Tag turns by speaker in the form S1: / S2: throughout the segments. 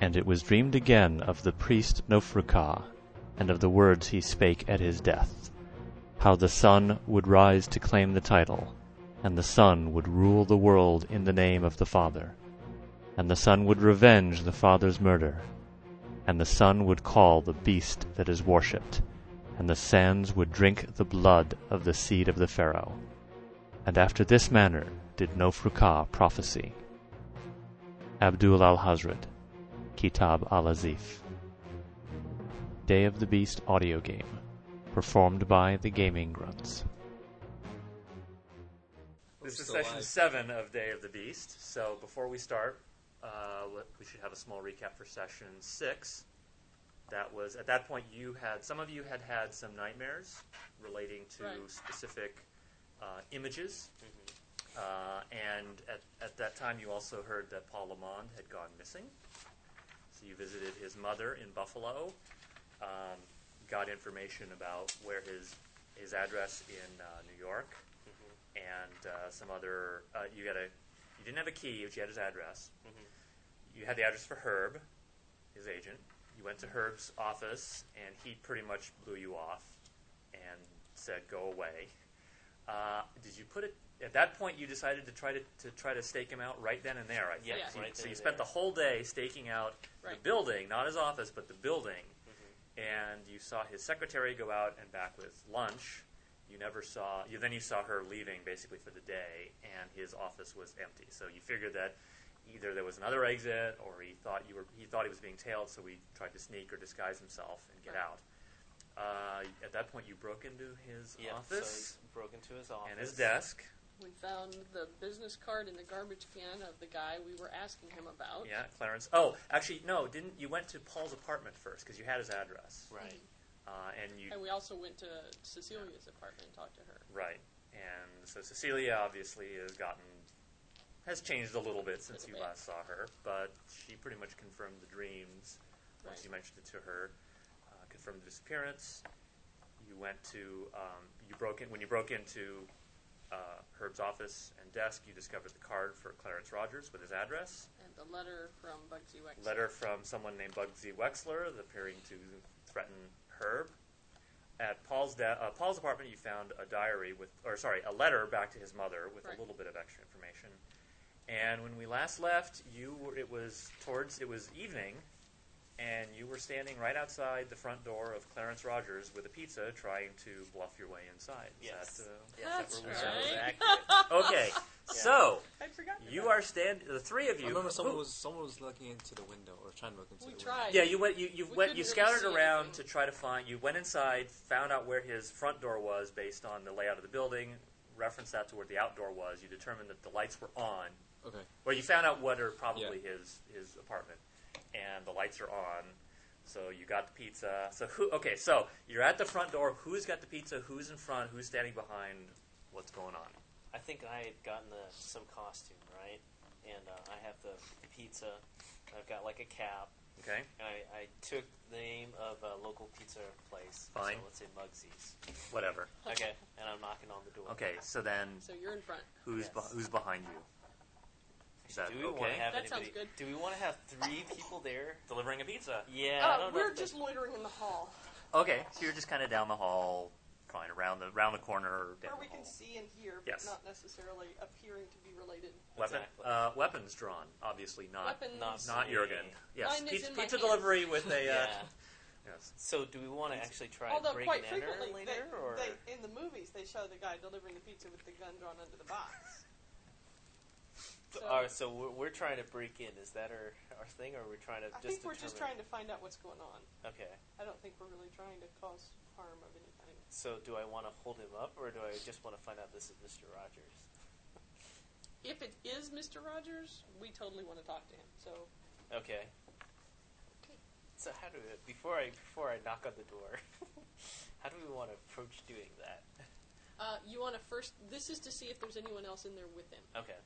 S1: And it was dreamed again of the priest Nofrukah, and of the words he spake at his death, how the sun would rise to claim the title, and the son would rule the world in the name of the father, and the son would revenge the father's murder, and the son would call the beast that is worshipped, and the sands would drink the blood of the seed of the Pharaoh. And after this manner did Nofrukah prophesy. Abdul al Hazred, Kitab al Azif. Day of the Beast audio game, performed by the Gaming Grunts. This is
S2: still
S1: session
S2: live.
S1: seven of Day of the Beast. So before we start, uh, let- we should have a small recap for session six. That was at that point you had some of you had had some nightmares relating to
S3: Right.
S1: specific uh, images, uh, and at, at that time you also heard that Paul Lamond had gone missing. So you visited his mother in Buffalo, um, got information about where his his address in uh, New York,
S2: Mm-hmm.
S1: and uh, some other. Uh, you got a. You didn't have a key, but you had his address.
S2: Mm-hmm.
S1: You had the address for Herb, his agent. You went to Herb's office, and he pretty much blew you off and said, "Go away." Uh, did you put it? At that point, you decided to try to, to try to stake him out right then and there. I think.
S2: Yeah,
S3: Yeah.
S1: So, you,
S2: right
S1: so
S2: then
S1: you
S2: and
S1: spent the
S2: there.
S1: whole day staking out
S3: Right.
S1: the building, not his office, but the building. And you saw his secretary go out and back with lunch. You never saw. You then you saw her leaving basically for the day, and his office was empty. So you figured that either there was another exit, or he thought you were. He thought he was being tailed, so he tried to sneak or disguise himself and get
S3: Right.
S1: out. Uh, at that point, you broke into his
S2: Yeah,
S1: office
S2: so he broke into his office.
S1: and his desk.
S3: We found the business card in the garbage can of the guy we were asking him about.
S1: Yeah, Clarence. Oh, actually, no, didn't you went to Paul's apartment first because you had his address,
S2: Right.
S1: uh, and you
S3: And we also went to Cecilia's apartment and talked to her.
S1: Right. And so Cecilia obviously has gotten has changed a little bit since you
S3: Little bit.
S1: last saw her, but she pretty much confirmed the dreams once
S3: Right.
S1: you mentioned it to her. Uh, confirmed the disappearance. You went to um, you broke in when you broke into uh, Herb's office and desk. You discovered the card for Clarence Rogers with his address
S3: And the letter from Bugsy Wex.
S1: letter from someone named Bugsy Wexler appearing to threaten Herb. At Paul's da- uh, Paul's apartment, you found a diary with, or sorry, a letter back to his mother with
S3: Right.
S1: a little bit of extra information. And when we last left, you were, it was towards it was evening, and you were standing right outside the front door of Clarence Rogers with a pizza, trying to bluff your way inside. Is
S2: Yes.
S1: that, uh,
S2: Yes,
S3: That's
S2: that was accurate.
S1: okay, so
S3: I'd forgotten.
S1: you
S3: about
S1: are stand the three of you.
S4: I remember someone
S1: who-
S4: was someone was looking into the window or trying to look into
S3: We
S4: the
S3: tried.
S1: Yeah, you went. You, you
S3: We
S1: went. You
S3: couldn't really
S1: scouted
S3: see
S1: around
S3: anything.
S1: to try to find. You went inside, found out where his front door was based on the layout of the building. Referenced that to where the outdoor was. You determined that the lights were on.
S4: window. Okay.
S1: Well, you found out what are probably his his apartment, and the lights are on. So you got the pizza. So who? Okay, so you're at the front door. Who's got the pizza? Who's in front? Who's standing behind? What's going on?
S2: I think I had gotten the, some costume, right? And uh, I have the pizza. I've got like a cap.
S1: Okay.
S2: And I, I took the name of a local pizza place.
S1: Fine.
S2: So let's say Muggsy's.
S1: Whatever.
S2: Okay. And I'm knocking on the door.
S1: Okay. So then,
S3: it. So you're in front.
S1: who's
S2: Yes.
S1: beh- who's behind you? Is that
S2: do we
S1: okay?
S2: want to have
S3: That sounds
S2: anybody?
S3: good.
S2: Do we want to have three people there?
S1: Delivering a pizza.
S2: Yeah. I
S3: Uh,
S2: don't know
S3: we're
S2: if they-
S3: just loitering in the hall
S1: Okay, so you're just kind of down the hall, fine, around the round the corner, or down
S3: where we
S1: the hall.
S3: can see and hear, but
S1: Yes.
S3: not necessarily appearing to be related.
S1: Weapon,
S2: Exactly.
S1: uh, weapons drawn, obviously not
S3: Weapons.
S2: not-
S1: not Jurgen. Yes,
S3: Mine is
S1: pizza,
S3: in my
S1: pizza
S3: hand.
S1: delivery with a uh,
S2: yeah.
S1: yes.
S2: So do we want to actually try
S3: Although
S2: and break
S3: quite
S2: and enter
S3: frequently,
S2: later,
S3: they,
S2: or
S3: they, in the movies, they show the guy delivering the pizza with the gun drawn under the box. So,
S2: All right, so we're, we're trying to break in. Is that our, our thing, or we're trying to
S3: I
S2: just
S3: think we're just trying
S2: determine-
S3: to find out what's going on.
S2: Okay.
S3: I don't think we're really trying to cause harm of any kind.
S2: So do I want to hold him up, or do I just want to find out this is Mr. Rogers?
S3: If it is Mr. Rogers, we totally want to talk to him. So
S2: Okay. So how do we, before I before I knock on the door, how do we want to approach doing that?
S3: uh, you want to first. This is to see if there's anyone else in there with him.
S2: Okay.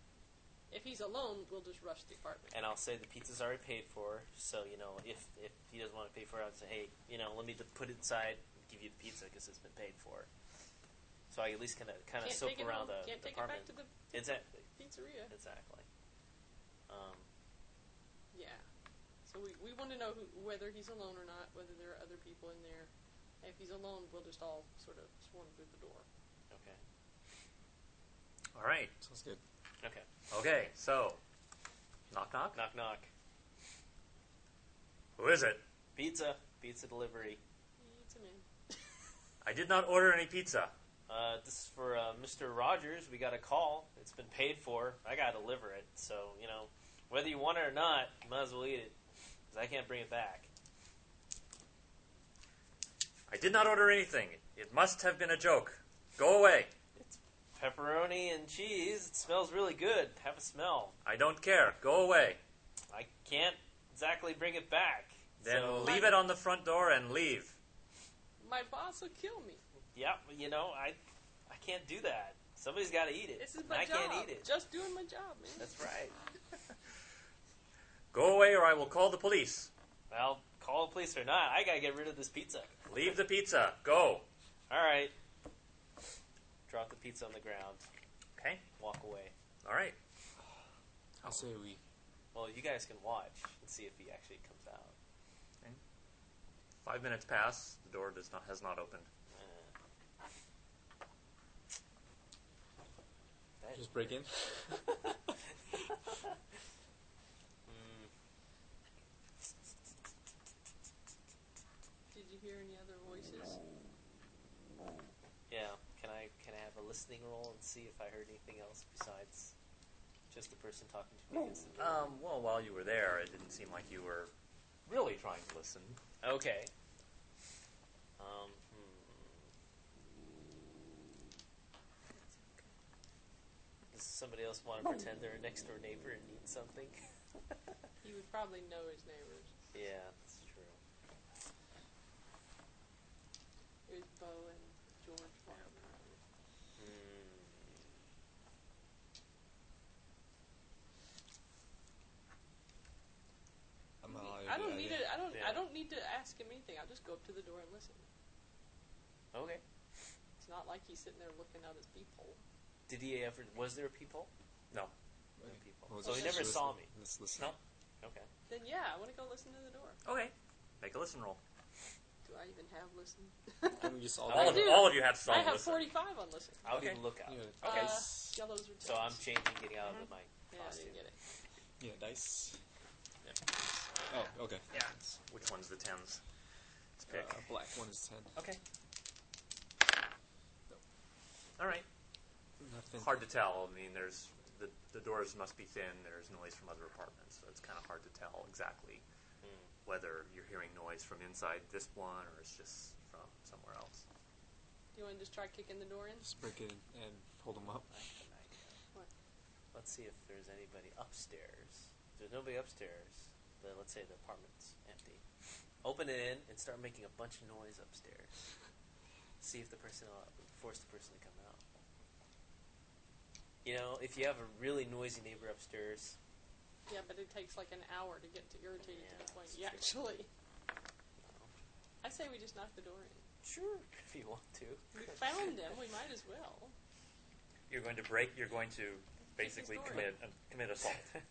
S3: If he's alone, we'll just rush the apartment.
S2: And I'll say the pizza's already paid for, so you know if if he doesn't want to pay for it, I'll say, hey, you know, let me just put it inside, and give you the pizza because it's been paid for. So I at least kind of kind of
S3: Can't
S2: soak
S3: take it
S2: around
S3: home.
S2: the
S3: Can't take
S2: apartment.
S3: it back to the
S2: Exactly.
S3: pizzeria.
S2: Exactly. Um,
S3: Yeah. So we, we want to know who, whether he's alone or not, whether there are other people in there. If he's alone, we'll just all sort of swarm through the door.
S2: Okay. All right.
S4: Sounds good.
S2: Okay.
S1: Okay, so. Knock knock?
S2: Knock knock.
S1: Who is it?
S2: Pizza. Pizza delivery.
S3: It's a man.
S1: I did not order any pizza.
S2: Uh, this is for uh, Mr. Rogers. We got a call. It's been paid for. I gotta deliver it. So you know, whether you want it or not, you might as well eat it because I can't bring it back.
S1: I did not order anything. It must have been a joke. Go away.
S2: Pepperoni and cheese. It smells really good. Have a smell.
S1: I don't care. Go away.
S2: I can't exactly bring it back.
S1: Then
S2: so,
S1: leave it on the front door and leave.
S3: My boss will kill me.
S2: Yeah, you know, I, I can't do that. Somebody's got to eat it.
S3: This is
S2: and
S3: my
S2: I
S3: job.
S2: can't eat it.
S3: Just doing my job, man.
S2: That's right.
S1: Go away or I will call the police.
S2: Well, call the police or not, I gotta get rid of this pizza.
S1: Leave the pizza. Go.
S2: All right. Drop the pizza on the ground.
S1: Okay.
S2: Walk away.
S1: All right.
S4: I'll say we.
S2: Well, you guys can watch and see if he actually comes out.
S1: Five minutes pass. The door does not has not opened.
S2: Uh. That-
S4: Just break in.
S2: Hmm, Mm,
S3: Did you hear any other voices?
S2: yeah. Can I can I have a listening roll and see if I heard anything else besides just the person talking to me? against the door?
S1: Um, well, while you were there, it didn't seem like you were really trying to listen.
S2: Okay. Um. Hmm. Does somebody else want to pretend they're a next door neighbor and need something?
S3: He would probably know his neighbors.
S2: yeah, that's true.
S3: It was Bo and George Farmer.
S2: Hmm.
S4: I'm not allowed to
S3: I
S4: do
S3: don't
S4: that
S3: need
S4: either.
S3: to. I don't.
S2: Yeah.
S3: I don't need to ask him anything. I'll just go up to the door and listen.
S2: Hmm. Okay.
S3: It's not like he's sitting there looking out his peephole.
S2: Did he ever? Was there a peephole?
S1: No.
S2: No
S4: Okay.
S2: peephole.
S4: Well,
S2: So he
S4: just
S2: never
S4: listen.
S2: saw me.
S4: Let's listen.
S2: No. Okay.
S3: Then yeah, I want to go listen to the door.
S1: Okay. Make a listen roll.
S3: Do I even have listen?
S4: Can we just all
S1: All of,
S4: do it?
S3: do.
S1: all of you have some
S3: I have
S1: listen.
S3: 45 on listen.
S2: I would
S1: Okay.
S2: even look out.
S4: Yeah.
S3: Uh,
S4: Dice.
S3: yellows are
S2: So I'm
S3: dice.
S2: changing, getting out of my
S3: Mm-hmm. Yeah, I
S2: costume.
S3: didn't get it.
S4: Yeah, dice.
S1: Yeah.
S4: Oh, okay.
S1: Yeah. Which one's the tens? Let's
S4: Uh,
S1: pick.
S4: black one is ten.
S1: okay. All right.
S4: Nothing.
S1: Hard to tell. I mean, there's the, the doors must be thin. There's noise from other apartments, so it's kind of hard to tell exactly whether you're hearing noise from inside this one or it's just from somewhere else.
S3: Do you want to just try kicking the door in?
S4: Just break it and hold them up.
S2: I have an idea.
S3: What?
S2: Let's see if there's anybody upstairs. If there's nobody upstairs, then let's say the apartment's empty. Open it in and start making a bunch of noise upstairs. See if the person will force the person to come out. You know, if you have a really noisy neighbor upstairs,
S3: Yeah, but it takes like an hour to get to irritated
S2: Yeah,
S3: to the point
S2: that's
S3: you
S2: true.
S3: actually.
S2: you know,
S3: I say we just knock the door in.
S2: sure, if you want to.
S3: We found them. We might as well.
S1: You're going to break. You're going to basically
S3: basically door.
S1: commit
S3: commit-
S1: commit assault.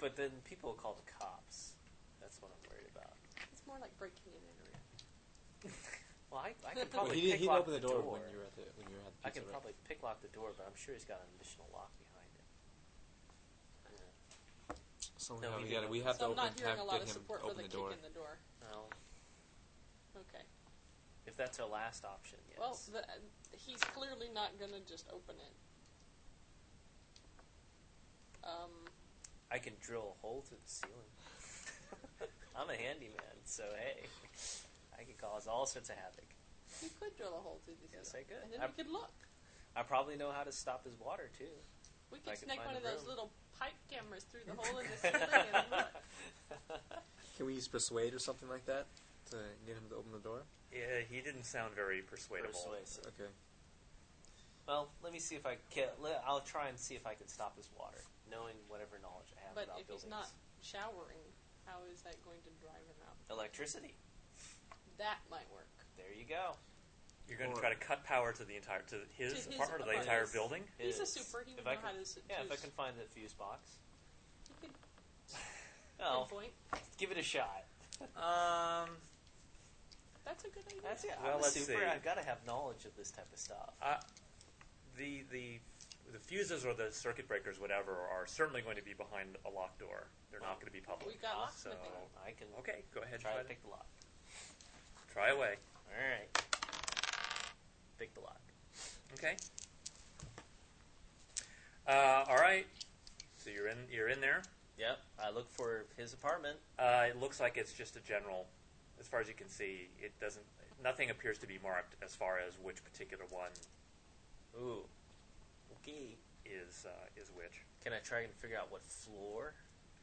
S2: But then people will call the cops. That's what I'm worried about.
S3: It's more like breaking and entering.
S2: Well, I, I can
S4: Well,
S2: probably
S4: he did,
S2: pick
S4: he
S2: lock
S4: opened the door, when
S2: door.
S4: you were at the when you were at the
S2: I
S4: pizza,
S2: can
S4: right?
S2: probably pick lock the door, but I'm sure he's got an additional lock behind it.
S4: So
S2: No,
S4: no,
S2: he
S4: we
S2: did
S4: got
S2: open
S4: we
S2: it.
S4: have to
S3: So I'm
S4: open
S3: not hearing
S4: have
S3: a lot
S4: get
S3: of
S4: him
S3: support for
S4: open
S3: the,
S4: the door.
S3: kick in the door.
S2: Well,
S3: Okay.
S2: if that's our last option, yes.
S3: Well, the, he's clearly not going to just open it. Um,
S2: I can drill a hole through the ceiling. I'm a handyman, so hey, I can cause all sorts of havoc.
S3: you could drill a hole through the
S2: Yes,
S3: ceiling,
S2: I could.
S3: And then
S2: I-
S3: we could look.
S2: I probably know how to stop his water too.
S3: We
S2: I
S3: could
S2: could
S3: snake
S2: find
S3: one
S2: a
S3: of those
S2: room.
S3: little pipe cameras through the hole in the ceiling and look.
S4: Can we use persuade or something like that to get him to open the door?
S1: yeah, he didn't sound very persuadable.
S2: Persuasive.
S4: Okay.
S2: Well, let me see if I can. le- I'll try and see if I can stop his water, knowing whatever knowledge I have
S3: But
S2: about
S3: if
S2: buildings.
S3: he's not showering, how is that going to drive him out?
S2: Electricity.
S3: That might work.
S2: There you go.
S1: You're going
S4: Or-
S1: to try to cut power to the entire to his,
S3: To his
S1: apartment, or the
S3: apartment.
S1: entire
S2: Yes.
S1: building.
S3: He's a
S2: Is-
S3: super, he
S2: if
S3: would
S2: I
S3: know
S2: can-
S3: how to s-
S2: Yeah, if I
S3: choose.
S2: can find the fuse box.
S3: You could
S2: Oh,
S3: pinpoint
S2: Give it a shot.
S4: Um,
S3: That's a good idea.
S2: Uh, That's it.
S1: Well,
S2: I'm a
S1: let's
S2: super.
S1: see.
S2: I've got to have knowledge of this type of stuff.
S1: Uh, the the the fuses or the circuit breakers, whatever, are certainly going to be behind a locked door. They're not going to be public.
S3: We got
S2: Huh?
S1: So
S3: locksmithing.
S2: I can
S1: okay, go ahead.
S2: try
S1: Try,
S2: to pick the lock.
S1: try away.
S2: All right. Pick the lock.
S1: Okay. Uh, all right. So you're in. You're in there.
S2: Yep. I look for his apartment.
S1: Uh, it looks like it's just a general. As far as you can see, it doesn't. Nothing appears to be marked as far as which particular one
S2: Ooh. Okay.
S1: is uh, is which.
S2: Can I try and figure out what floor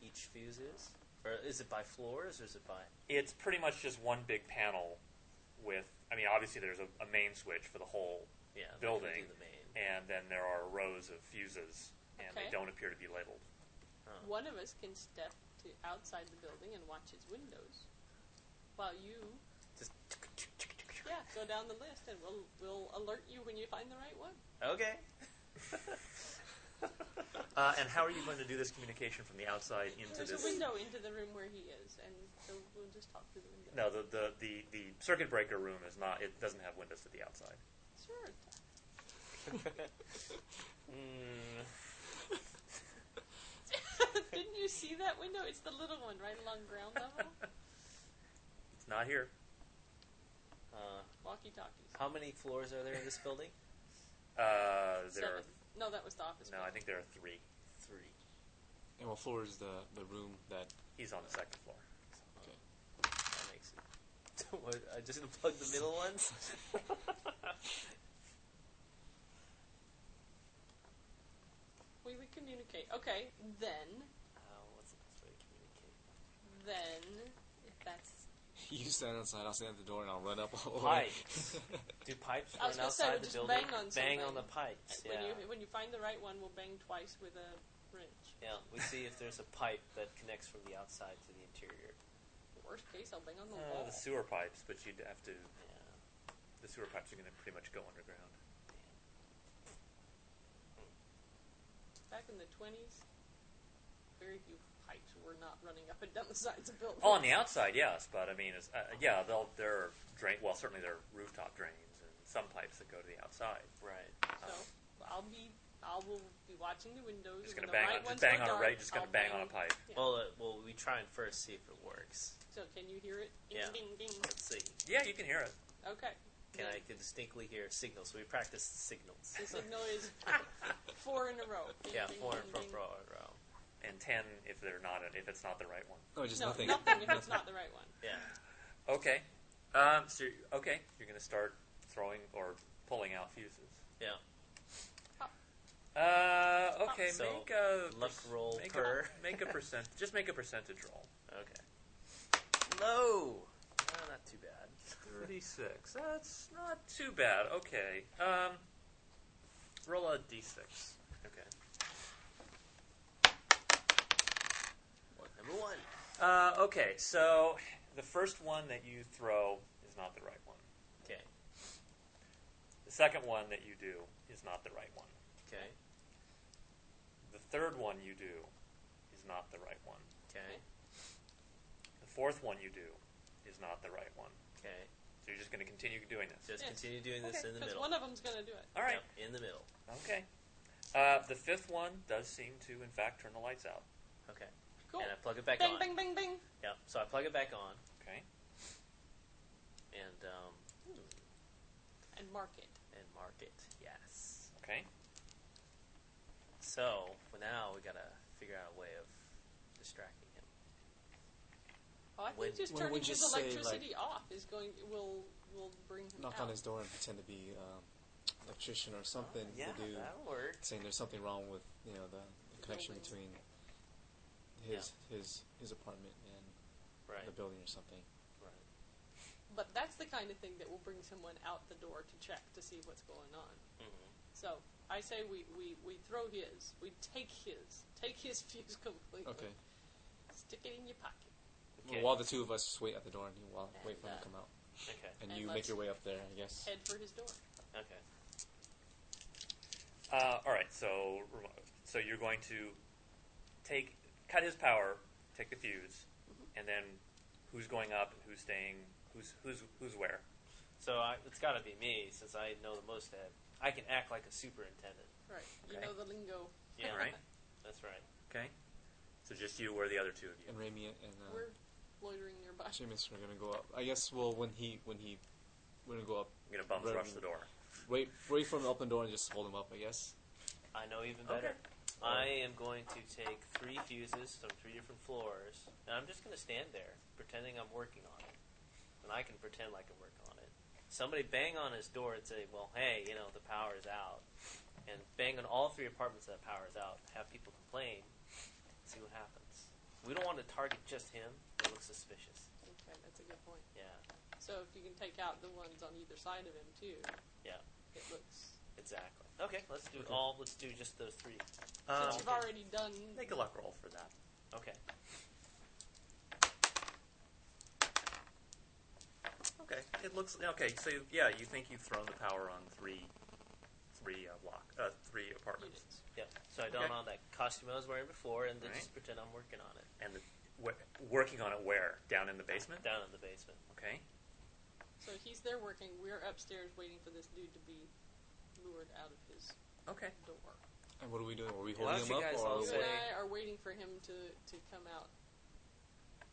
S2: each fuse is? Or is it by floors or is it by.
S1: It's pretty much just one big panel with. I mean, obviously there's a, a main switch for the whole
S2: Yeah. I'm not gonna
S1: Building.
S2: do the main.
S1: and then there are rows of fuses, and
S3: Okay.
S1: they don't appear to be labeled.
S2: Huh.
S3: One of us can step to outside the building and watch its windows, while you,
S2: Just.
S3: yeah, go down the list, and we'll we'll alert you when you find the right one.
S2: Okay.
S1: Uh, and how are you going to do this communication from the outside into
S3: There's
S1: this?
S3: a window into the room where he is, and so we'll just talk through the window.
S1: No, the, the, the, the circuit breaker room is not. It doesn't have windows to the outside.
S3: Sure.
S2: Hmm,
S3: Didn't you see that window? It's the little one right along ground level.
S1: It's not here.
S2: Uh,
S3: Walkie talkies.
S2: how many floors are there in this building?
S1: Uh, there
S3: Seven. No, that was the office.
S1: are no.
S3: one.
S1: I think there are three.
S2: Three.
S4: and what floor is the, the room that?
S1: He's on the second floor.
S4: Okay.
S2: That makes it. Uh, what, I just plug the middle ones?
S3: we would communicate. Okay, then,
S2: Oh, what's the best way to communicate?
S3: then, if that's
S4: You stand outside. I'll stand at the door, and I'll run up all the way.
S2: Pipes. Do pipes
S3: I was
S2: run
S3: gonna say,
S2: outside
S3: we
S2: the
S3: just
S2: building?
S3: bang on something.
S2: the pipes. Yeah.
S3: when you when you find the right one, we'll bang twice with a wrench.
S2: yeah. We see if there's a pipe that connects from the outside to the interior.
S3: Worst case, I'll bang on the
S1: Uh,
S3: wall.
S1: the sewer pipes, but you'd have to.
S2: Yeah.
S1: The sewer pipes are going to pretty much go underground.
S3: Back in the twenties, very few pipes were not running up and down the sides of buildings.
S1: Oh, on the outside, yes, but I mean, it's, uh, yeah, they'll, they're drain. Well, certainly there are rooftop drains and some pipes that go to the outside.
S2: Right.
S3: So I'll be I will be watching the windows.
S1: Just
S3: and
S1: gonna
S3: when
S1: bang,
S3: the right
S1: on,
S3: ones
S1: just bang
S3: go
S1: on a
S3: dark,
S1: right, just gonna
S3: I'll
S1: bang on a pipe.
S3: Yeah.
S2: Well, uh, well, we try and first see if it works.
S3: So can you hear it? Ding,
S2: Yeah.
S3: Ding ding.
S2: Let's see.
S1: Yeah, you can hear it.
S3: Okay.
S2: Can
S3: Then
S2: I can distinctly hear signals? So we practice the signals.
S3: The signal is four in a row. Ding,
S2: yeah,
S3: ding,
S2: four
S3: ding,
S2: in front
S3: ding.
S2: row. row.
S1: and ten if they're not if it's not the right one.
S4: No, just
S3: no,
S4: nothing.
S3: if it's not the right one.
S2: Yeah.
S1: Okay. Um, so you- okay, you're gonna start throwing or pulling out fuses.
S2: Yeah.
S1: Uh, okay,
S2: So,
S1: make a
S2: luck
S1: perc-
S2: roll
S1: Make
S2: per-
S1: a, make a percent. Just make a percentage roll.
S2: Okay. Low. Uh, not too bad.
S1: Thirty-six. That's not too bad. Okay. Um, roll a d6.
S2: Okay. Number one.
S1: Uh, okay. So the first one that you throw is not the right one.
S2: Okay.
S1: The second one that you do is not the right one.
S2: Okay.
S1: The third one you do is not the right one.
S2: Okay.
S1: The fourth one you do is not the right one.
S2: Okay.
S1: So you're just going to continue doing this.
S2: Just
S3: Yes.
S2: continue doing this in the
S3: Because
S2: middle.
S3: one of them's gonna do it.
S1: All right.
S2: Yep, in the middle.
S1: Okay. Uh, the fifth one does seem to, in fact, turn the lights out.
S2: Okay.
S3: Cool.
S2: And I plug it back
S3: bang
S2: on.
S3: bang bang bang.
S2: Yep. So I plug it back on,
S1: Okay.
S2: and um,
S3: And mark it.
S2: and mark it. Yes.
S1: Okay.
S2: So well, now we gotta figure out a way of distracting him.
S3: Oh, I
S2: When-
S3: think just
S4: Well, we
S3: turning his
S4: just say, like-
S3: electricity off is going will will bring him
S4: Knock
S3: out.
S4: on his door and pretend to be um, electrician or something.
S2: yeah,
S4: to do,
S2: that'll work.
S4: saying there's something wrong with you know the, the connection
S3: buildings.
S4: between his his his apartment and
S2: Right.
S4: the building or something.
S2: right.
S3: But that's the kind of thing that will bring someone out the door to check to see what's going on.
S2: Mm-hmm.
S3: So I say we, we, we throw his, we take his, take his fuse completely.
S4: Okay.
S3: Stick it in your pocket.
S2: Okay.
S4: While the two of us wait at the door and you wa- wait for
S3: And, uh,
S4: him to come out,
S2: Okay.
S4: and,
S3: and
S4: you
S3: let's
S4: make your way up there, I guess.
S3: Head for his door.
S2: Okay.
S1: Uh, all right. So, remo- so you're going to take cut his power, take the fuse,
S3: Mm-hmm.
S1: and then who's going up and who's staying, who's who's who's where.
S2: So I, it's got to be me since I know the most. At I can act like a superintendent.
S3: Right. You
S1: Okay.
S3: know the lingo.
S2: Yeah,
S1: Right.
S2: That's right.
S1: Okay. So just you or the other two of you.
S4: And Raimi and uh,
S3: We're loitering nearby.
S4: Jameson are gonna go up. I guess. Well, when he when he we're gonna go up,
S1: I'm gonna bum
S4: Right.
S1: rush the door.
S4: wait wait for him to open the door and just hold him up. I guess.
S2: I know even
S1: Okay.
S2: better. I am going to take three fuses from three different floors, and I'm just going to stand there pretending I'm working on it. And I can pretend like I'm working on it. Somebody bang on his door and say, "Well, hey, you know the power's out," and bang on all three apartments that power's out. Have people complain. See what happens. We don't want to target just him. It looks suspicious.
S3: Okay, that's a good point.
S2: Yeah,
S3: So if you can take out the ones on either side of him too,
S2: Yeah.
S3: it looks.
S2: exactly. Okay, let's do all. Let's do just those three.
S1: Um,
S3: Since you've already done.
S1: make a luck roll for that.
S2: Okay.
S1: Okay. It looks okay. So yeah, you think you've thrown the power on three, three uh, block, uh, three apartments,
S3: units.
S2: Yep. So I done
S1: Okay.
S2: on that costume I was wearing before, and then
S1: Right.
S2: just pretend I'm working on it
S1: and the, wh- working on it where down in the basement.
S2: down in the basement.
S1: Okay.
S3: So he's there working. We're upstairs waiting for this dude to be lured out of his
S1: Okay.
S3: door.
S4: And what are we doing? Are we
S1: Why
S4: holding
S1: don't you
S4: him
S1: guys
S4: up
S1: all
S4: or?
S3: You
S1: say-
S3: and I are waiting for him to, to come out.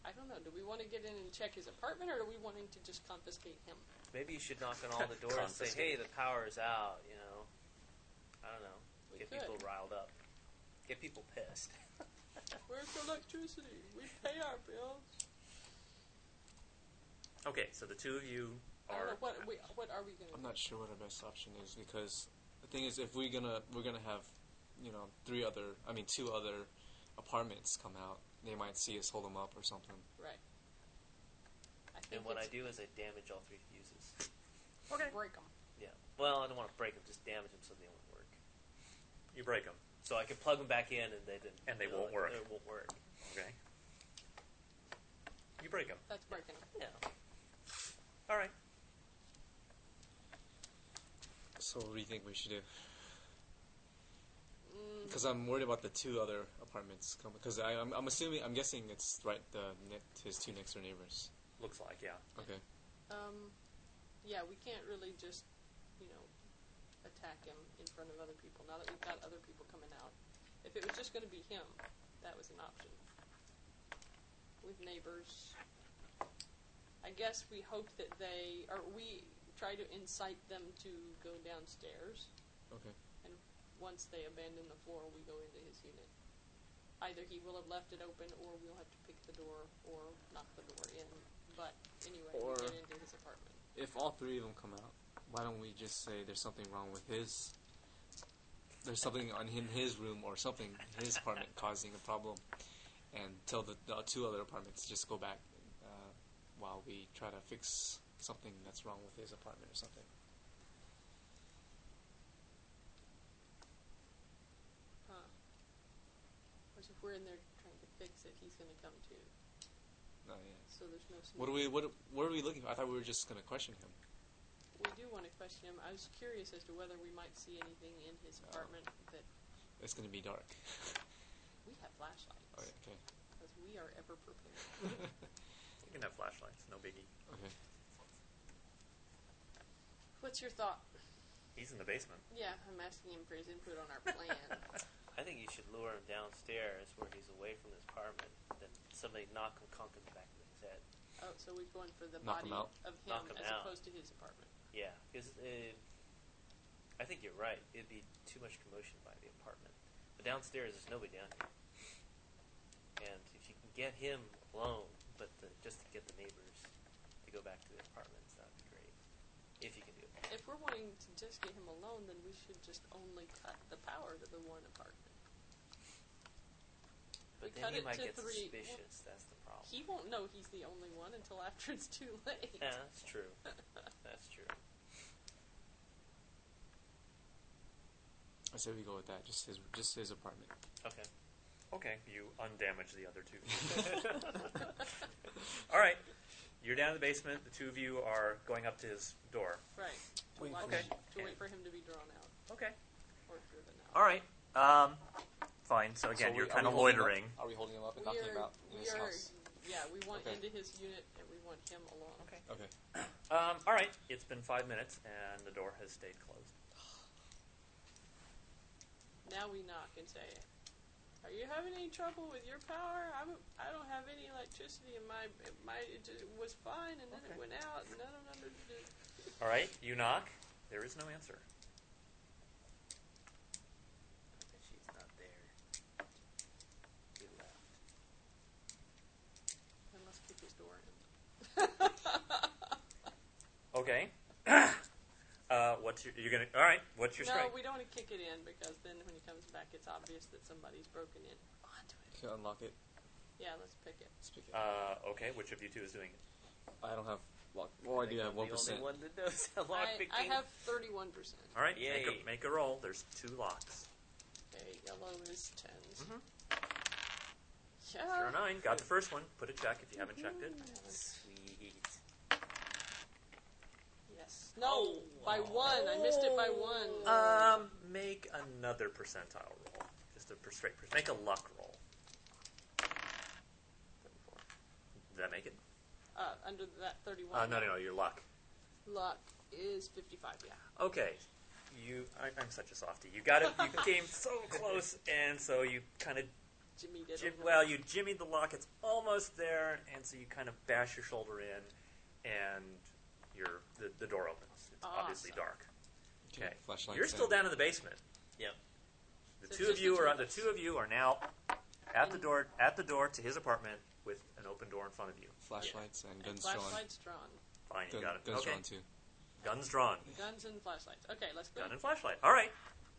S3: I don't know. Do we want to get in and check his apartment, or do we want him to just confiscate him?
S2: Maybe you should knock on all the doors and say, "Hey,
S1: Confiscate.
S2: the power is out." You know, I don't know.
S3: We
S2: Get
S3: could.
S2: people riled up. Get people pissed.
S3: Where's the electricity? We pay our bills.
S1: Okay. So the two of you
S3: I don't
S1: are.
S3: know, Oh, what we, what are we going to?
S4: I'm not sure what our best option is because the thing is, if we're gonna we're gonna have, you know, three other, I mean, two other apartments come out, they might see us hold them up or something.
S3: Right. I think
S2: and what I
S3: it's
S2: do is I damage all three fuses.
S1: Okay.
S3: break them.
S2: Yeah. Well, I don't want to break them. Just damage them so they won't work.
S1: You break them.
S2: So I can plug them back in, and they didn't.
S1: And they
S2: they'll-
S1: won't work.
S2: They won't work.
S1: Okay. You break them.
S3: That's breaking them.
S2: Yeah.
S1: All right.
S4: So what do you think we should do?
S3: Mm,
S4: Because I'm worried about the two other apartments coming. Because I'm I'm assuming I'm guessing it's right the ne- his two next door neighbors.
S1: Looks like yeah.
S4: Okay.
S3: um, yeah, we can't really just, you know, attack him in front of other people. Now that we've got other people coming out, if it was just going to be him, that was an option. With neighbors, I guess we hope that they or we try to incite them to go downstairs.
S4: Okay.
S3: Once they abandon the floor, we go into his unit. Either he will have left it open, or we'll have to pick the door or knock the door in. But anyway,
S4: Or-
S3: we get into his apartment.
S4: If all three of them come out, why don't we just say there's something wrong with his? There's something on in his room or something in his apartment causing a problem, and tell the, the two other apartments just go back uh, while we try to fix something that's wrong with his apartment or something.
S3: Huh. Whereas if we're in there trying to fix it, he's going to come too.
S4: No, yeah.
S3: So there's no.
S4: What are we what what are we looking for? I thought we were just gonna question him.
S3: We do want to question him. I was curious as to whether we might see anything in his
S4: Oh.
S3: apartment that
S4: It's gonna be dark.
S3: we have flashlights
S4: Oh, yeah, okay.
S3: because we are ever prepared.
S1: You can have flashlights. No biggie.
S4: Okay.
S3: What's your thought?
S1: He's in the basement.
S3: Yeah, I'm asking him for his input on our plan.
S2: I think you should lure him downstairs where he's away from his apartment. Then somebody knock him, conk him back in his head.
S3: Oh, so we're going for the
S4: Knock
S3: body
S4: 'em out.
S3: of him
S2: Knock 'em
S3: as
S2: out.
S3: opposed to his apartment.
S2: Yeah, because I think you're right. It'd be too much commotion by the apartment. But downstairs, there's nobody down here. And if you can get him alone, but the, just to get the neighbors to go back to the apartments, that'd be great. If you can do it.
S3: If we're wanting to just get him alone, then we should just only cut the power to the one apartment.
S2: But then
S3: We cut
S2: he
S3: it
S2: might
S3: to
S2: get
S3: three.
S2: suspicious. That's the problem.
S3: He won't know he's the only one until after it's too late.
S2: yeah, that's true. That's true.
S4: I say we go with that. Just his just his apartment.
S2: Okay.
S1: Okay. You undamage the other two. All right. You're down in the basement. The two of you are going up to his door.
S3: Right. To
S4: Wait
S3: watch-
S4: for him.
S3: To wait for him to be drawn out
S1: Okay.
S3: or driven out.
S1: All right. Um, fine. So
S4: So
S1: again, you're
S4: we- are
S1: kind
S4: we
S1: of
S4: holding him
S1: loitering.
S4: up- Are we holding him up
S3: we
S4: and knocking
S3: are,
S4: him out in
S3: we
S4: his
S3: are
S4: house?
S3: yeah, we want
S4: Okay.
S3: into his unit and we want him along.
S1: Okay.
S4: Okay.
S1: Um, all right, it's been five minutes, and the door has stayed closed.
S3: Now we knock and say, "Are you having any trouble with your power? I'm, I don't have any electricity, and my my it just was fine, and then
S1: Okay.
S3: it went out, and I don't know."
S1: All right, you knock. There is no answer.
S2: But she's not there. He left.
S3: And let's keep his door in.
S1: Okay. uh, what's your? You're gonna. All right. What's your
S3: no,
S1: strike?
S3: we don't want to kick it in because then when he comes back, it's obvious that somebody's broken in onto it.
S4: Can I unlock it.
S3: Yeah, let's pick it.
S4: Let's pick it.
S1: uh, okay. Which of you two is doing it?
S4: I don't have lock. Well, I do have one
S2: I'm the only
S4: percent.
S2: one that knows how lock
S3: I, I
S2: picking.
S3: have thirty-one percent.
S1: All right. Make a,
S2: Yay.
S1: make a roll. There's two locks.
S3: Okay, yellow is 10s
S1: Mhm.
S3: Yeah.
S1: Zero nine. Got the first one. Put a check if you haven't checked it.
S3: Mm,
S2: Sweet.
S3: Yes. No,
S1: Oh.
S3: by one. I missed it by one. Oh.
S1: Um, make another percentile roll. Just a per- straight. Per- make a luck roll. Did that make it?
S3: Uh, under that thirty-one.
S1: Uh, no, no, no. Your luck.
S3: Luck is fifty-five. Yeah.
S1: Okay. You, I, I'm such a softie. You got it. You came so close, and so you kind of
S3: Jimmy did.
S1: Jim,
S3: it.
S1: well, you jimmied the lock. It's almost there, and so you kind of bash your shoulder in, and your the, the door opens. It's obviously
S3: Awesome.
S1: dark. Okay,
S4: Flashlight.
S1: you're still down in the basement.
S2: Yep.
S1: The
S3: So
S1: two
S3: it's
S1: of
S3: just
S1: you
S3: the two
S1: are
S3: of
S1: the
S3: us.
S1: two of you are now at the
S3: In-
S1: door at the door to his apartment with an open door in front of you.
S4: Flashlights and
S3: And
S4: guns drawn.
S3: flashlights drawn.
S1: Fine, you
S4: Gun-
S1: got it.
S4: Guns
S1: okay,
S4: drawn too.
S1: guns drawn,
S3: Guns and flashlights. Okay, let's go.
S1: gun and flashlight. All right.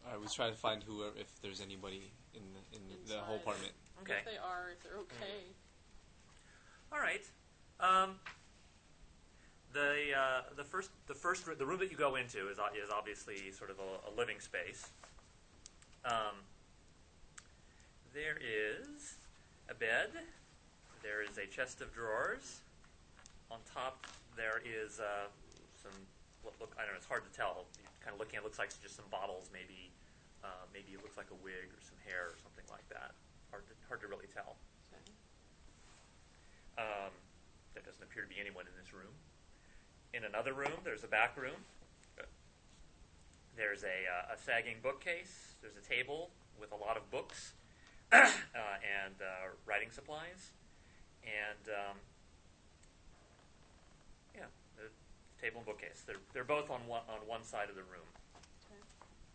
S4: All right, we try to find whoever if there's anybody in the, in the whole
S3: Inside.
S4: apartment.
S1: Okay.
S3: If they are, if they're okay.
S1: All right. Um, the uh, the first the first the room that you go into is o- is obviously sort of a, a living space. Um, there is a bed. There is a chest of drawers. On top there is uh, some what look I don't know. It's hard to tell. You're kind of looking. It looks like just some bottles. Maybe uh, maybe it looks like a wig or some hair or something like that. Hard to, hard to really tell.
S3: Okay.
S1: Um, there doesn't appear to be anyone in this room. In another room, there's a back room. There's a, uh, a sagging bookcase. There's a table with a lot of books uh, and uh, writing supplies. And um, yeah, the table and bookcase. They're, they're both on one, on one side of the room.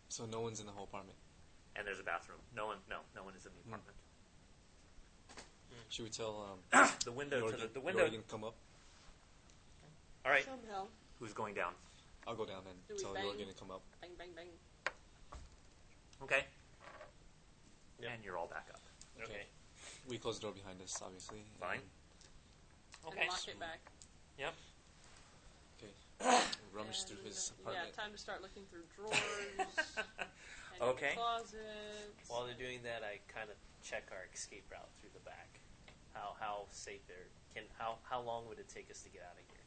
S4: So no one's in the whole apartment.
S1: And there's a bathroom. No one, no, no one is in the
S4: Hmm.
S1: apartment.
S4: Should we tell um,
S1: The window Hmm. to the,
S4: Jorgen-
S1: the window.
S4: Jorgen come up?
S1: All right,
S3: Somehow.
S1: who's going down?
S4: I'll go down
S3: Do
S4: and
S3: we
S4: tell
S3: bang?
S4: Jorgen to come up.
S3: Bang, bang, bang.
S1: Okay.
S2: Yep.
S1: And you're all back up.
S2: Okay.
S4: We close the door behind us, obviously.
S1: Fine.
S4: and-
S1: Okay.
S3: And lock it back.
S1: Yep.
S4: okay. Rummage through
S3: And, uh,
S4: his apartment.
S3: Yeah, time to start looking through drawers. and
S1: Okay.
S3: Closets.
S2: While they're doing that, I kind of check our escape route through the back. How how safe there can how how long would it take us to get out of here?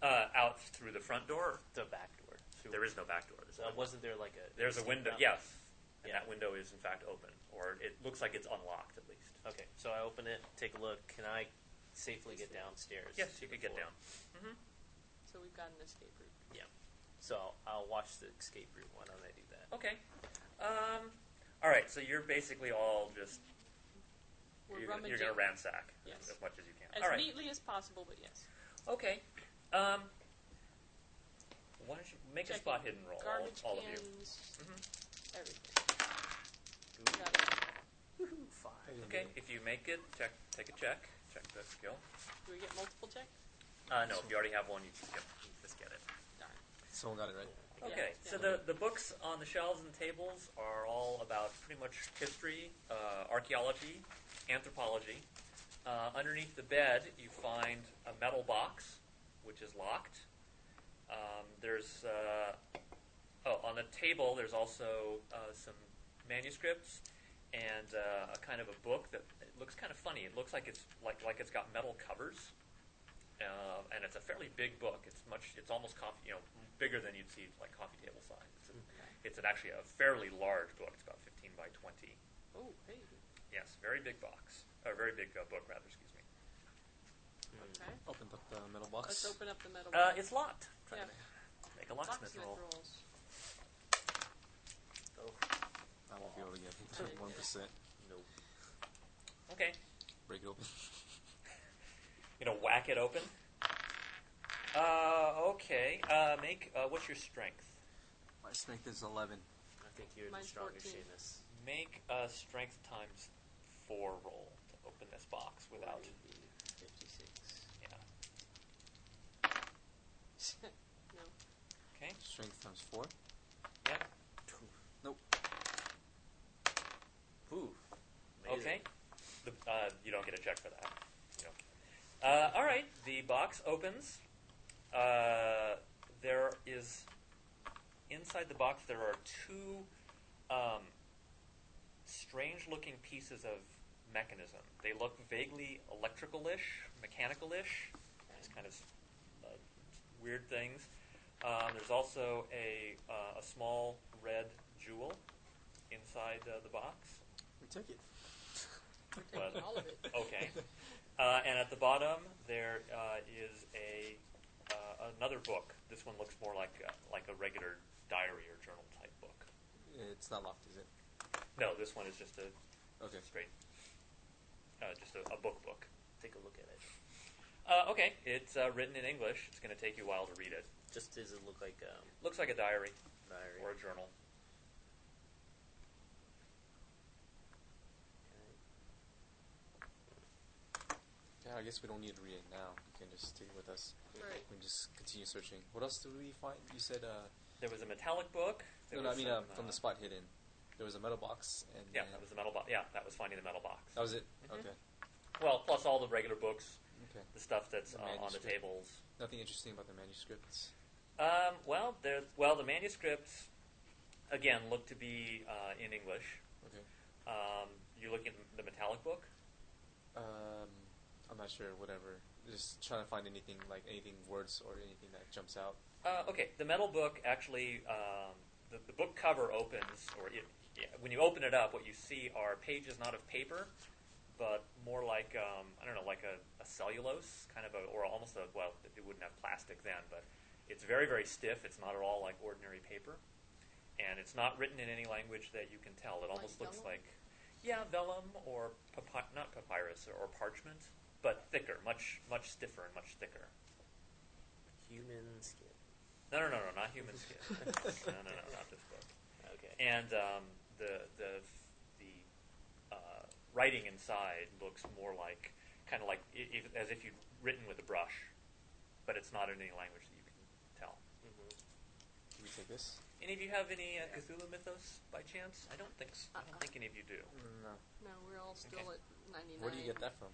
S1: Uh, out through the front door.
S2: The back door. Should
S1: There is no back door. There's,
S2: Uh,
S1: a,
S2: wasn't there like a
S1: there's a
S2: escape
S1: window.
S2: route?
S1: Yes, and
S2: Yeah.
S1: that window is in fact open, or it looks like it's unlocked at least.
S2: Okay, so I open it, take a look. Can I safely get downstairs?
S1: Yes,
S2: to
S1: you
S2: the
S1: could get
S2: floor?
S1: down.
S3: So we've got an escape route.
S2: So I'll watch the escape route. Why don't I do that?
S1: Okay. Um, all right. So you're basically all just
S3: We're
S1: you're, gonna-
S3: rummaging
S1: you're going to ransack
S3: Yes.
S1: as much as you can.
S3: as
S1: all right.
S3: neatly as possible, but yes.
S1: Okay. Um, why don't you make a
S3: Checking
S1: spot hidden roll, all,
S3: Garbage
S1: all of you? Mm-hmm.
S3: cans. Everything.
S1: Ooh.
S3: Got it.
S1: Five. Okay. If you make it, check. Take a check. Check the skill.
S3: Do we get multiple checks?
S1: Uh, no, if you already have one, you just get, you just get it.
S3: Darn.
S4: Someone got it right.
S1: Okay,
S3: Yeah.
S1: so the, the books on the shelves and tables are all about pretty much history, uh, archaeology, anthropology. Uh, underneath the bed, you find a metal box, which is locked. Um, there's uh, oh, on the table. There's also uh, some manuscripts and uh, a kind of a book that it looks kind of funny. It looks like it's like like it's got metal covers, uh, and it's a fairly big book. It's much. It's almost coffee. You know, bigger than you'd see like coffee table size. It's, a, it's an, actually a fairly large book. It's about fifteen by twenty.
S3: Oh, hey.
S1: Yes, very big box or very big uh, book rather. Excuse me.
S3: Okay.
S4: Opened up the metal box.
S3: Let's open up the metal.
S1: Uh,
S3: box.
S1: it's locked. Try
S3: yeah.
S1: to make a locksmith roll.
S3: rolls.
S1: Oh,
S4: I won't be able to get one percent.
S1: nope. Okay.
S4: Break it open.
S1: You know, whack it open. Uh, okay. Uh, make uh, what's your strength?
S4: My strength is eleven.
S2: I think you're
S3: Mine's
S2: the stronger
S3: 14.
S2: Seamus.
S1: Make a strength times four roll to open this box without.
S2: 56.
S1: Yeah.
S3: no.
S1: Okay.
S4: Strength times four.
S1: Yeah.
S4: Nope.
S2: Ooh.
S1: Okay. The, uh, you don't get a check for that. You don't. Uh, all right. The box opens. Uh, there is inside the box. There are two um, strange-looking pieces of mechanism. They look vaguely electrical-ish, mechanical-ish. It's kind of uh, weird things. Um, there's also a uh, a small red jewel inside uh, the box.
S4: We took it.
S3: We're taking all of it.
S1: Okay. Uh, and at the bottom there uh, is a uh, another book. This one looks more like uh, like a regular diary or journal type book.
S4: It's not locked, is it?
S1: No, this one is just a
S4: Okay.
S1: straight, uh, just a, a book book.
S2: Take a look at it.
S1: Uh, okay, it's uh, written in English. It's going to take you a while to read it.
S2: Just does it look like um,
S1: Looks like a diary
S2: diary?
S1: or a journal.
S4: Yeah, I guess we don't need to read it now. We can just take it with us.
S3: Right.
S4: We can just continue searching. What else did we find? You said uh,
S1: There was a metallic book. There
S4: no, no, I
S1: was
S4: mean
S1: some, uh,
S4: um, from the spot hidden. There was a metal box and
S1: Yeah,
S4: then-
S1: that was the metal box. Yeah, that was finding the metal box.
S4: that was it.
S1: Mhm.
S4: Okay.
S1: Well, plus all the regular books,
S4: Okay.
S1: the stuff that's
S4: The
S1: uh, on the
S4: manuscript.
S1: tables.
S4: Nothing interesting about the manuscripts.
S1: Um, well, there. Well, the manuscripts again look to be uh, in English.
S4: Okay.
S1: Um, you look at the metallic book.
S4: Um, I'm not sure. Whatever. Just trying to find anything like anything words or anything that jumps out.
S1: Uh, okay, the metal book actually. Um, the, the book cover opens, or it, yeah, when you open it up, what you see are pages not of paper, but more like um, I don't know, like a, a cellulose kind of, a, or almost a well, it wouldn't have plastic then, but it's very very stiff. It's not at all like ordinary paper, and it's not written in any language that you can tell. It
S3: Like
S1: almost looks
S3: vellum?
S1: like yeah, vellum or papi- not papyrus or, or parchment, but thicker, much much stiffer and much thicker.
S2: Human skin.
S1: No, no, no, no, not human skin. no, no, no, not this book.
S2: Okay.
S1: And um, the the the uh, writing inside looks more like kind of like i if, as if you'd written with a brush, but it's not in any language that you can tell.
S2: Mhm.
S1: Mm-hmm.
S4: Can we take this?
S1: Any of you have any uh, Cthulhu mythos by chance? I don't think so. I
S3: Uh-uh.
S1: don't think any of you do.
S4: No.
S3: No, we're all still
S1: Okay.
S3: at 99.
S4: Where do you get that from?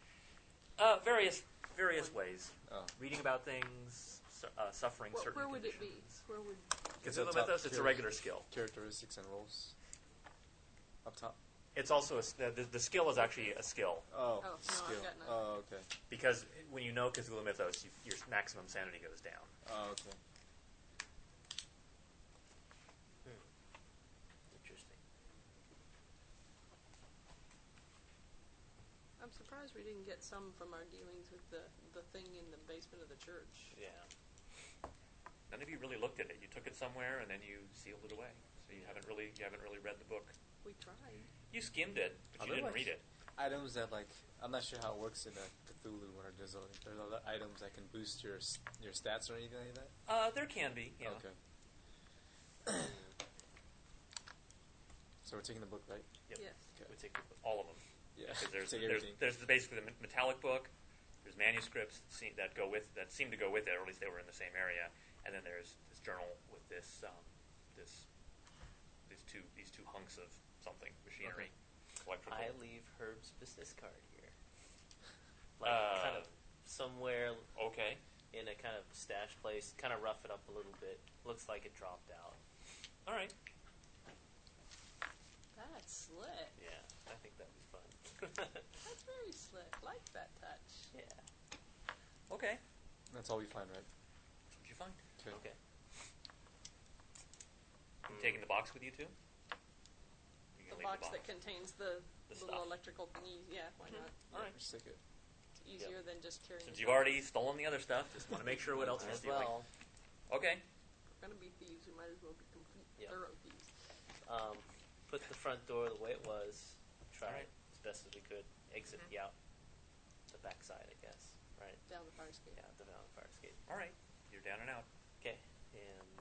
S1: Uh, various various ways.
S4: Oh,
S1: Reading about things, su- uh, suffering
S3: Wh-
S1: certain
S3: where would it be?
S1: conditions.
S3: Where would
S4: Is it
S1: Cthulhu
S4: top
S1: mythos, it's a
S4: tier?
S1: regular skill.
S4: characteristics and roles. Up top.
S1: It's also a, s- the, the- the skill is actually a skill.
S4: Oh,
S3: Oh, no, I've
S4: skill.
S3: got nothing.
S4: oh, okay.
S1: Because when you know Cthulhu Mythos, you, your maximum sanity goes down.
S4: Oh, okay.
S2: Hmm. Interesting.
S3: I'm surprised we didn't get some from our dealings with the, the thing in the basement of the church.
S2: Yeah.
S1: None of you really looked at it. You took it somewhere and then you sealed it away. So you haven't really you haven't really read the book.
S3: We tried.
S1: You skimmed it, but you didn't
S4: Otherwise-
S1: read it.
S4: Items that like I'm not sure how it works in a Cthulhu when there's other, there's other items that can boost your s- your stats or anything like that.
S1: Uh, there can be. Yeah.
S4: Okay. so we're taking the book, right?
S1: Yep.
S3: Yes.
S2: We take the book.
S1: All of them.
S4: Yeah.
S1: 'Cause There's,
S4: Take
S1: there's,
S4: everything.
S1: there's the- basically the me- metallic book. There's manuscripts that seem, that go with that seem to go with it, or at least they were in the same area. And then there's this journal with this um, this these two these two hunks of something machinery, electrical.
S2: I leave Herb's business card here. Like,
S1: Uh,
S2: kind of somewhere
S1: okay.
S2: in a kind of stash place, kind of rough it up a little bit. Looks like it dropped out.
S1: All right.
S3: That's slick.
S2: Yeah, I think that'd be fun.
S3: That's very slick. Like that touch.
S2: yeah.
S1: Okay.
S4: That's all we find, right?
S1: What'd you find?
S4: Okay.
S2: Okay.
S1: You taking the box with you too? You
S3: The
S1: can leave
S3: box that contains the,
S1: The
S3: little
S1: stuff.
S3: electrical thingy. Yeah, why not?
S1: All right.
S4: Just take it.
S3: It's easier than just carrying.
S1: Since you've already stolen the other stuff, just want to make sure what else you're
S2: Hmm.
S1: stealing.
S2: as well.
S1: Okay.
S3: We're gonna be thieves. We might as well be complete
S2: Yeah.
S3: thorough thieves.
S2: Um, put the front door the way it was. Try
S1: Alright.
S2: as best as we could. Exit
S3: Mm-hmm.
S2: the out the backside, I guess. Right.
S3: Down the fire escape.
S2: Yeah, the down the fire escape.
S1: All right. You're down and out.
S2: Okay. And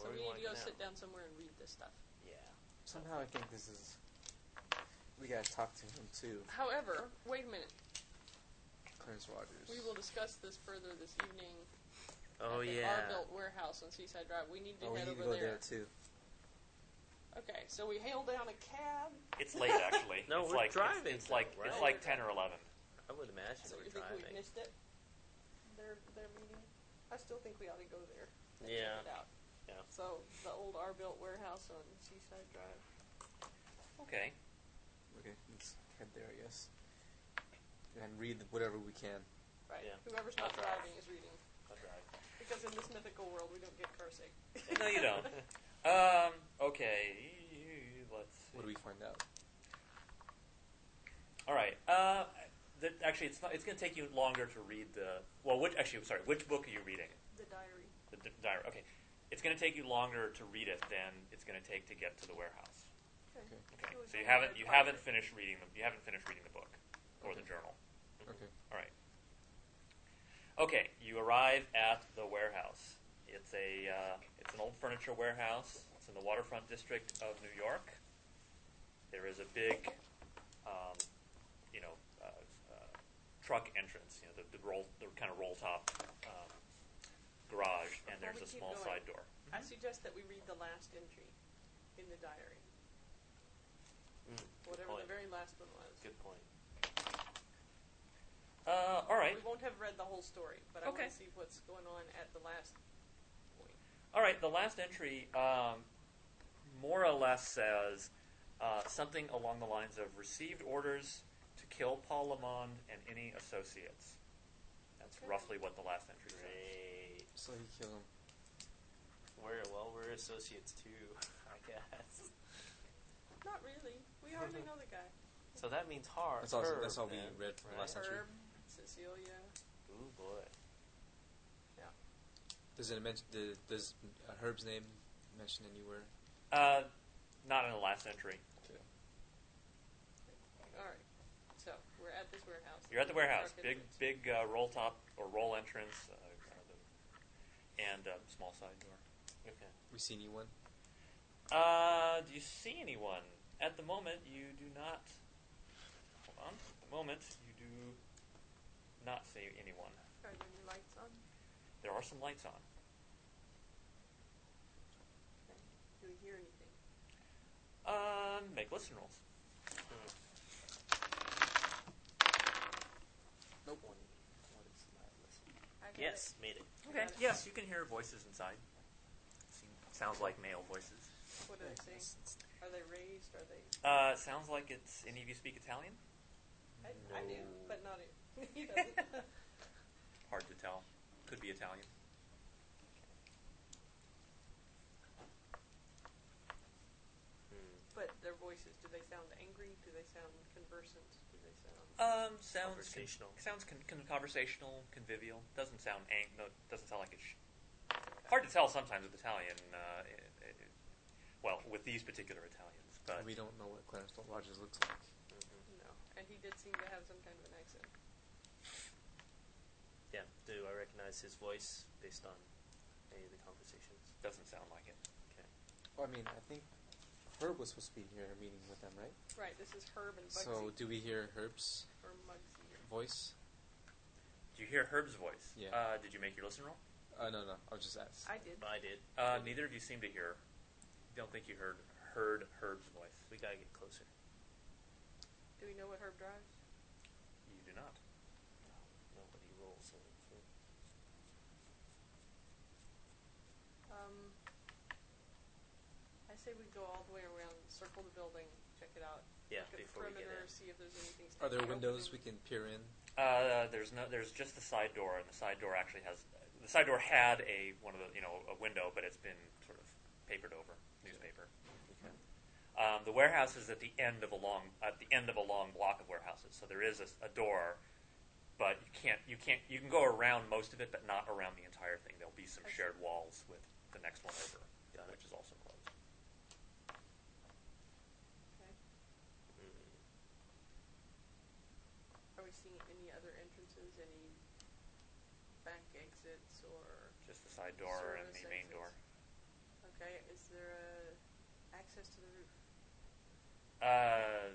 S3: So
S2: where do
S3: we need to go
S2: want
S3: sit
S2: now?
S3: down somewhere and read this stuff.
S2: Yeah.
S4: Somehow I think this is. We gotta talk to him too,
S3: However, wait a minute.
S4: Clarence Rogers.
S3: We will discuss this further this evening
S2: Oh
S3: at the
S2: yeah.
S3: Arbuilt warehouse on Seaside Drive. We need to
S4: Oh, we
S3: head
S4: need to
S3: over
S4: go
S3: there.
S4: there too.
S3: Okay, so we hail down a cab.
S1: It's late actually.
S2: No,
S1: it's
S2: we're
S1: like,
S2: driving,
S1: It's, it's
S2: though,
S1: like
S2: right?
S1: it's like ten or eleven.
S2: I would imagine
S3: So
S2: we're
S3: you think we
S2: driving.
S3: missed it? Their their meeting. I still think we ought to go there. and
S2: Yeah.
S3: Check it out.
S2: Yeah.
S3: So the old Arbuilt warehouse on Seaside Drive.
S1: Okay.
S4: Okay, let's head there, I guess. And read whatever we can.
S3: Right.
S2: Yeah.
S3: Whoever's
S2: I'll
S3: not
S2: drive.
S3: driving is reading.
S2: I'll drive.
S3: Because in this mythical world, we don't get cursing.
S1: no, you
S2: Oh,
S1: don't. Um. Okay. Let's. See.
S4: What do we find out?
S1: All right. Uh, th- actually, it's not. It's going to take you longer to read the. Well, which actually, sorry. Which book are you reading?
S3: The diary.
S1: The di- diary. Okay. It's going to take you longer to read it than it's going to take to get to the warehouse.
S4: Okay.
S1: Okay.
S3: Really
S1: So you
S3: don't
S1: haven't
S3: know
S1: you
S3: part of
S1: haven't
S3: it.
S1: finished reading the you haven't finished reading the book or the
S4: Okay.
S1: journal.
S4: Okay.
S1: All right. Okay, you arrive at the warehouse. It's a uh, it's an old furniture warehouse. It's in the waterfront district of New York. There is a big, um, you know, uh, uh, truck entrance. You know, the, the roll the kind of roll top um, garage, and
S3: Before
S1: there's
S3: we
S1: a
S3: keep
S1: small
S3: going.
S1: side door.
S3: I suggest that we read the last entry in the diary, whatever
S2: point.
S3: the very last one was.
S2: Good point.
S1: Uh, all right.
S3: We won't have read the whole story, but I
S1: Okay.
S3: want to see what's going on at the last point.
S1: All right, the last entry um, more or less says uh, something along the lines of received orders to kill Paul Lamond and any associates. That's
S3: Okay.
S1: roughly what the last entry says.
S2: Great.
S4: So he killed him.
S2: We're well, we're associates too, I guess.
S3: Not really. We hardly
S2: Mm-hmm.
S3: know the guy.
S2: So that means hard.
S4: That's all-
S2: Herb,
S4: that's all we
S2: then,
S4: read from
S2: right?
S4: last That's not true.
S3: Herb, Cecilia.
S2: Ooh boy.
S4: Does it mention? the- Does uh, Herb's name mention anywhere?
S1: Uh, not in the last entry.
S4: Okay.
S3: All right. So we're at this warehouse.
S1: You're at the warehouse.
S3: Truck
S1: Big,
S3: entrance.
S1: big uh, roll top or roll entrance, uh, kind of the- and uh, small side door.
S2: Okay.
S4: We see anyone?
S1: Uh, do you see anyone? At the moment, you do not. Hold on. At the moment, you do not see anyone.
S3: Are there any lights on?
S1: There are some lights on.
S3: Okay. Do we hear anything?
S1: Um, make listen rolls.
S3: Nope.
S2: What is my list?
S3: I got
S2: Yes, made it.
S3: Okay.
S1: Yes, you can hear voices inside. Seem- Sounds like male voices.
S3: it. What do they say? Are they raised? Are they?
S1: Uh, sounds like it's. Any of you speak Italian?
S3: I, I do,
S1: No.
S3: but not it. He doesn't.
S1: Hard to tell. Could be Italian.
S2: Hmm,
S3: but their voices. Do they sound angry? Do they sound conversant? Do they sound?
S1: Um, sounds
S2: Conversational.
S1: Con- sounds con- con- conversational, convivial. Doesn't sound ang- no, Doesn't sound like it's. Sh- Hard to tell sometimes with Italian. Uh, i i well, with these particular Italians, but
S4: we don't know what Clarence Rogers looks like.
S2: hmm.
S3: No. And he did seem to have some kind of an accent.
S2: Yeah. Do I recognize his voice based on any of the conversations?
S1: doesn't sound like it.
S2: Okay.
S4: Well, I mean, I think Herb was supposed to be here at a meeting with them, right?
S3: Right. This is Herb and Bugsy
S4: So do we hear Herb's
S3: or Mugsy.
S4: voice?
S1: Do you hear Herb's voice?
S4: Yeah.
S1: Uh, did you make your listen roll?
S4: Uh, no, no. I'll just ask.
S3: I did.
S2: I did.
S1: Uh, neither of you seem to hear. Don't think you heard heard Herb's voice.
S2: We gotta get closer.
S3: Do we know what Herb drives?
S1: You do not.
S2: No, nobody rolls in.
S3: Um, I say we go all the way around, circle the building, check it out.
S2: Yeah,
S3: look at the
S2: before we get
S3: perimeter,
S2: in.
S3: see if there's anything.
S4: Are there
S3: sticking out.
S4: windows we can peer in?
S1: Uh, there's no. There's just the side door, and the side door actually has. The side door had a one of the you know a window, but it's been sort of papered over, newspaper.
S2: Okay.
S1: Um, the warehouse is at the end of a long at the end of a long block of warehouses, so there is a, a door, but you can't you can't you can go around most of it, but not around the entire thing. There'll be some
S3: I see.
S1: shared walls with the next one over,
S2: Got it.
S1: which is also closed.
S3: Okay.
S2: Mm-hmm.
S3: Are we seeing any other entrances, any back exits, or
S1: Just the side door and
S3: Service
S1: the main
S3: exits.
S1: door.
S3: okay? Is there a access to the roof?
S1: Uh,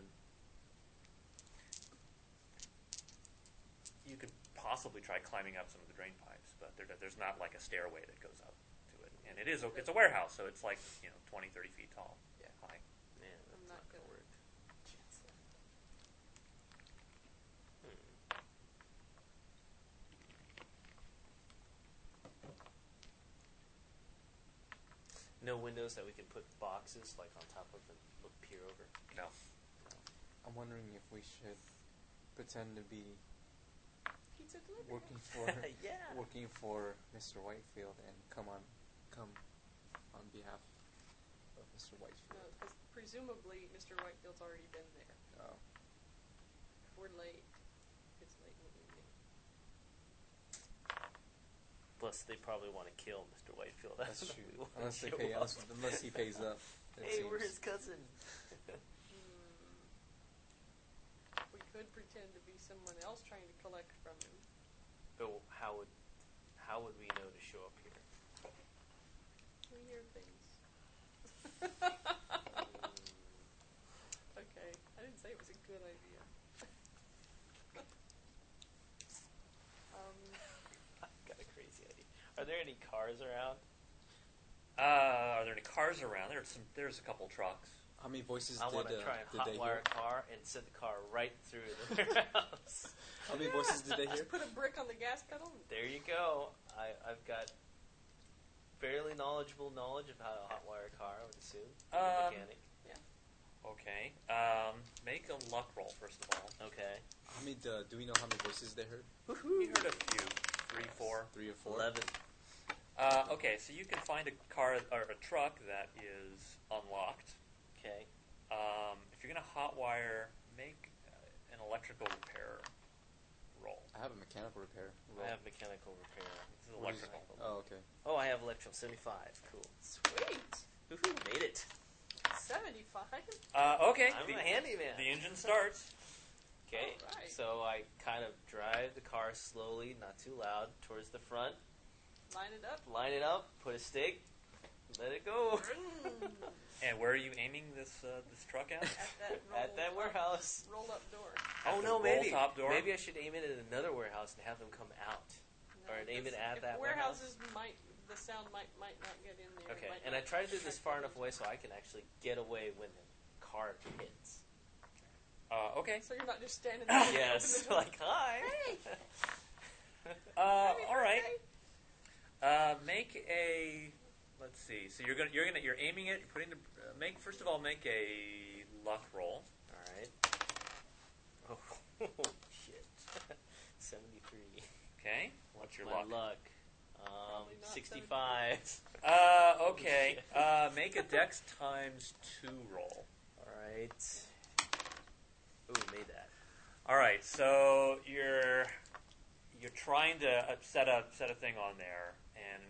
S1: you could possibly try climbing up some of the drain pipes, but there, there's not like a stairway that goes up to it. And it is a, it's a warehouse, so it's like you know 20, 30 feet tall,
S3: Yeah.
S1: high.
S2: Yeah, that's
S3: I'm
S2: not,
S3: not
S2: gonna work.
S3: gonna-
S2: No windows that we can put boxes like on top of and look peer over.
S1: No,
S4: I'm wondering if we should pretend to be
S3: Pizza delivery.
S4: working for
S2: yeah.
S4: working for Mr. Whitefield and come on come on behalf of Mr.
S3: No,
S4: Whitefield.
S3: 'cause presumably Mr. Whitefield's already been there.
S4: Oh,
S3: We're late. It's late in the evening.
S2: Plus, they probably want to kill Mr. Whitefield. I
S4: that's
S2: don't know
S4: true.
S2: if we wanna
S4: Unless they
S2: show
S4: pay
S2: up.
S4: unless, unless he pays up. it
S2: Hey, we're
S4: seems.
S2: his cousin.
S3: Hmm. We could pretend to be someone else trying to collect from him.
S2: but how would how would we know to show up here?
S3: We hear things.
S2: Hmm.
S3: okay, I didn't say it was a good idea. um,
S2: I've got a crazy idea. Are there any cars around?
S1: Uh, are there any cars around? There's some. There's a couple trucks.
S4: How many voices
S2: I
S4: did, uh,
S2: want to try and
S4: did they
S2: hotwire
S4: hear?
S2: a car and send the car right through the warehouse.
S4: How many voices did they hear?
S3: just put a brick on the gas pedal. and
S2: There you go. I, I've got fairly knowledgeable knowledge of how to hotwire a car. I would assume. I'm a
S1: Um,
S2: mechanic.
S1: Okay. Um, make a luck roll first of all.
S2: Okay.
S4: How many uh, do we know how many voices they heard?
S1: You heard a few, three, four.
S4: Three or four.
S2: Eleven.
S1: Uh, okay, so you can find a car or a truck that is unlocked.
S2: Okay.
S1: Um, if you're gonna hotwire, make uh, an electrical repair roll.
S4: I have a mechanical repair.
S2: I have mechanical repair.
S1: This is
S4: What is-
S1: electrical.
S4: Oh, okay.
S2: Oh, I have electro seventy-five. Cool.
S3: Sweet,
S2: Woohoo! Made it.
S3: seventy-five.
S1: Uh, okay,
S2: I'm
S1: the,
S2: a handyman.
S1: the engine starts.
S2: Okay,
S3: Alright.
S2: so I kind of drive the car slowly, not too loud, towards the front,
S3: Line it up.
S2: line it up, put a stick, let it go
S3: Mm,
S1: and where are you aiming this uh, this truck at?
S3: At that, roll
S2: at that
S3: top-
S2: warehouse.
S3: Roll up door.
S1: At
S2: oh
S1: the
S2: no,
S1: roll
S2: maybe
S1: top door?
S2: maybe I should aim it at another warehouse and have them come out.
S3: No,
S2: Or name it
S3: 'cause
S2: at
S3: if
S2: that
S3: warehouses might the sound might might not get in there.
S2: Okay,
S3: might
S2: and I
S3: not
S2: try to do this
S3: affect
S2: far
S3: the
S2: enough away so I can actually get away when the car hits.
S1: Uh, okay.
S3: So you're not just standing
S1: Ah,
S3: there. and
S2: yes,
S3: open the door.
S2: like hi.
S3: Hey.
S1: Uh,
S3: Hey,
S1: all right.
S3: hey.
S1: Uh, make a. Let's see. So you're gonna you're gonna you're aiming it. You're putting the uh, make first of all make a luck roll.
S2: All right. Oh, shit. 73.
S1: Okay. What's your
S2: My
S1: luck?
S2: luck? Um,
S3: Probably not
S2: 65.
S1: Uh, okay. Uh, make a dex times two roll.
S2: All right. Ooh, made that.
S1: All right, so you're you're trying to uh, set a set a thing on there, and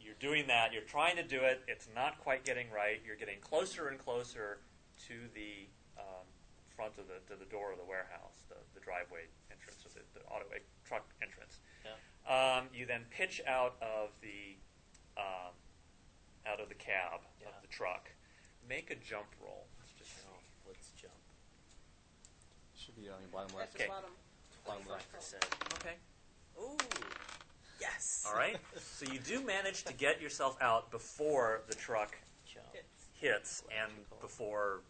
S1: you're doing that. You're trying to do it. It's not quite getting right. You're getting closer and closer to the um, front of the to the door of the warehouse, the, the driveway entrance, or the, the autoway truck entrance.
S2: Yeah.
S1: Um, you then pitch out of the um, out of the cab
S2: Yeah.
S1: of the truck. Make a jump roll. Let's just see.
S2: Oh, let's jump.
S4: Should be on your bottom
S3: At
S4: left.
S3: the
S1: Okay.
S3: bottom.
S4: Bottom left.
S2: 25%.
S1: Okay.
S2: Ooh. Yes.
S1: All right. So you do manage to get yourself out before the truck
S2: Jump.
S3: Hits.
S1: hits and before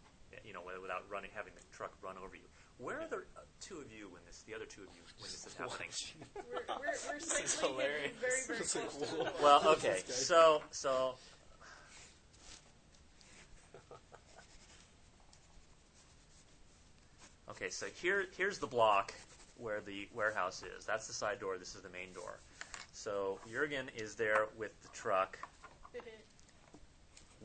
S1: you know without running having the truck run over you. Where are the uh, two of you when this the other two of you when this is happening?
S3: We're, we're, we're
S2: is
S3: safely hidden
S2: hilarious.
S3: very, very
S4: This
S3: close
S4: is
S3: to the
S4: cool.
S3: door.
S1: Well, okay. So so Okay, so here here's the block where the warehouse is. That's the side door. This is the main door. So Jurgen is there with the truck.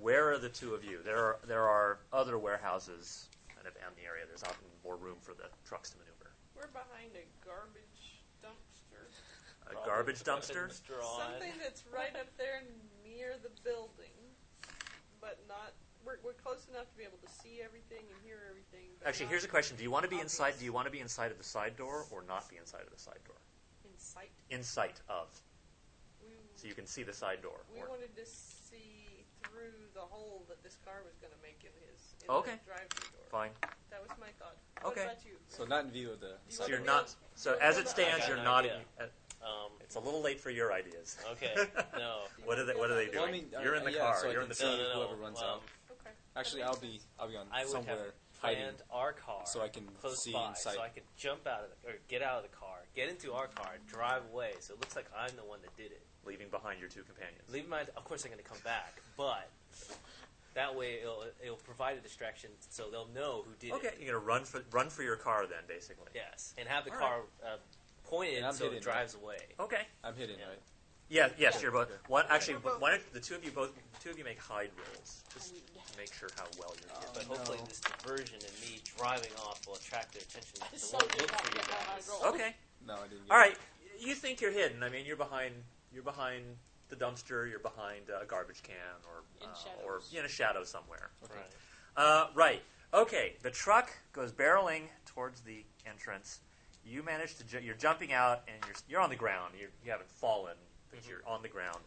S1: Where are the two of you? There are there are other warehouses kind of in the area. There's often more room for the trucks to maneuver.
S3: We're behind a garbage dumpster.
S1: A garbage
S2: Probably
S1: dumpster?
S2: fucking drawn.
S3: Something that's right up there near the building, but not. We're, we're close enough to be able to see everything and hear everything. But
S1: Actually, here's
S3: not
S1: a question. Do you want to be
S3: Obvious.
S1: inside? Do you want to be inside of the side door or not be inside of the side door?
S3: In sight.
S1: In sight of,
S3: We,
S1: so you can see the side door.
S3: we
S1: or-
S3: wanted to see through the hole that this car was going to make in his in
S1: Okay.
S3: the drive-through door.
S1: Fine.
S3: That was my thought. What
S1: Okay.
S3: about you?
S4: So not in view of the.
S3: You
S1: So
S3: want
S1: you're
S3: to
S1: not.
S3: be-
S1: So as it
S2: I
S1: stands,
S2: got
S1: you're
S2: an
S1: not.
S2: idea.
S1: at-
S2: Um,
S1: It's a little late for your ideas.
S2: okay. No.
S3: Do you
S1: What
S3: wanna
S1: are they-
S3: be
S1: what are
S3: on
S1: they
S3: the
S1: doing?
S3: right?
S1: Well, You're in the car,
S4: uh, so I
S1: you're
S4: can
S1: in the
S4: see
S2: No, no, no.
S4: whoever runs
S2: um,
S4: out.
S3: Okay.
S4: Actually,
S3: That
S4: I'll
S3: makes
S4: be
S3: sense.
S4: I'll be on
S2: I would
S4: somewhere
S2: have
S4: hiding
S2: planned our car
S4: so I can
S2: close
S4: see
S2: by,
S4: inside.
S2: so I could jump out of the or get out of the car, get into our car, drive away. So it looks like I'm the one that did it.
S1: Leaving behind your two companions.
S2: Leave my. Of course, I'm going to come back, but that way it'll it'll provide a distraction, so they'll know who did
S1: Okay,
S2: it.
S1: you're gonna run for run for your car then, basically.
S2: Yes, and have the
S1: All
S2: car uh, pointed
S4: And I'm
S2: so
S4: hidden,
S2: it drives away.
S1: Okay.
S4: I'm hidden,
S2: Yeah.
S4: right?
S1: Yeah. Yes,
S3: Yeah.
S1: you're both.
S4: Okay.
S1: One actually,
S3: We're both-
S1: why don't the two of you both? the Two of you make hide rolls. Just
S3: Yeah.
S1: to make sure how well you're doing.
S2: But
S4: no.
S2: hopefully, this diversion and me driving off will attract their attention.
S3: I
S2: They
S3: so
S2: won't
S3: did
S2: look
S3: not
S2: for you
S3: get how I
S2: guys.
S3: rolled.
S1: Okay.
S4: No, I didn't. get
S1: All
S4: it.
S1: right. You think you're hidden. I mean, you're behind. You're behind the dumpster. You're behind a garbage can, or
S3: In
S1: uh, or
S3: shadows.
S1: in a shadow somewhere.
S4: Okay.
S2: Right.
S1: Uh, right. Okay. The truck goes barreling towards the entrance. You manage to. Ju- you're jumping out, and you're you're on the ground. You're, you haven't fallen, but
S2: Mhm.
S1: you're on the ground.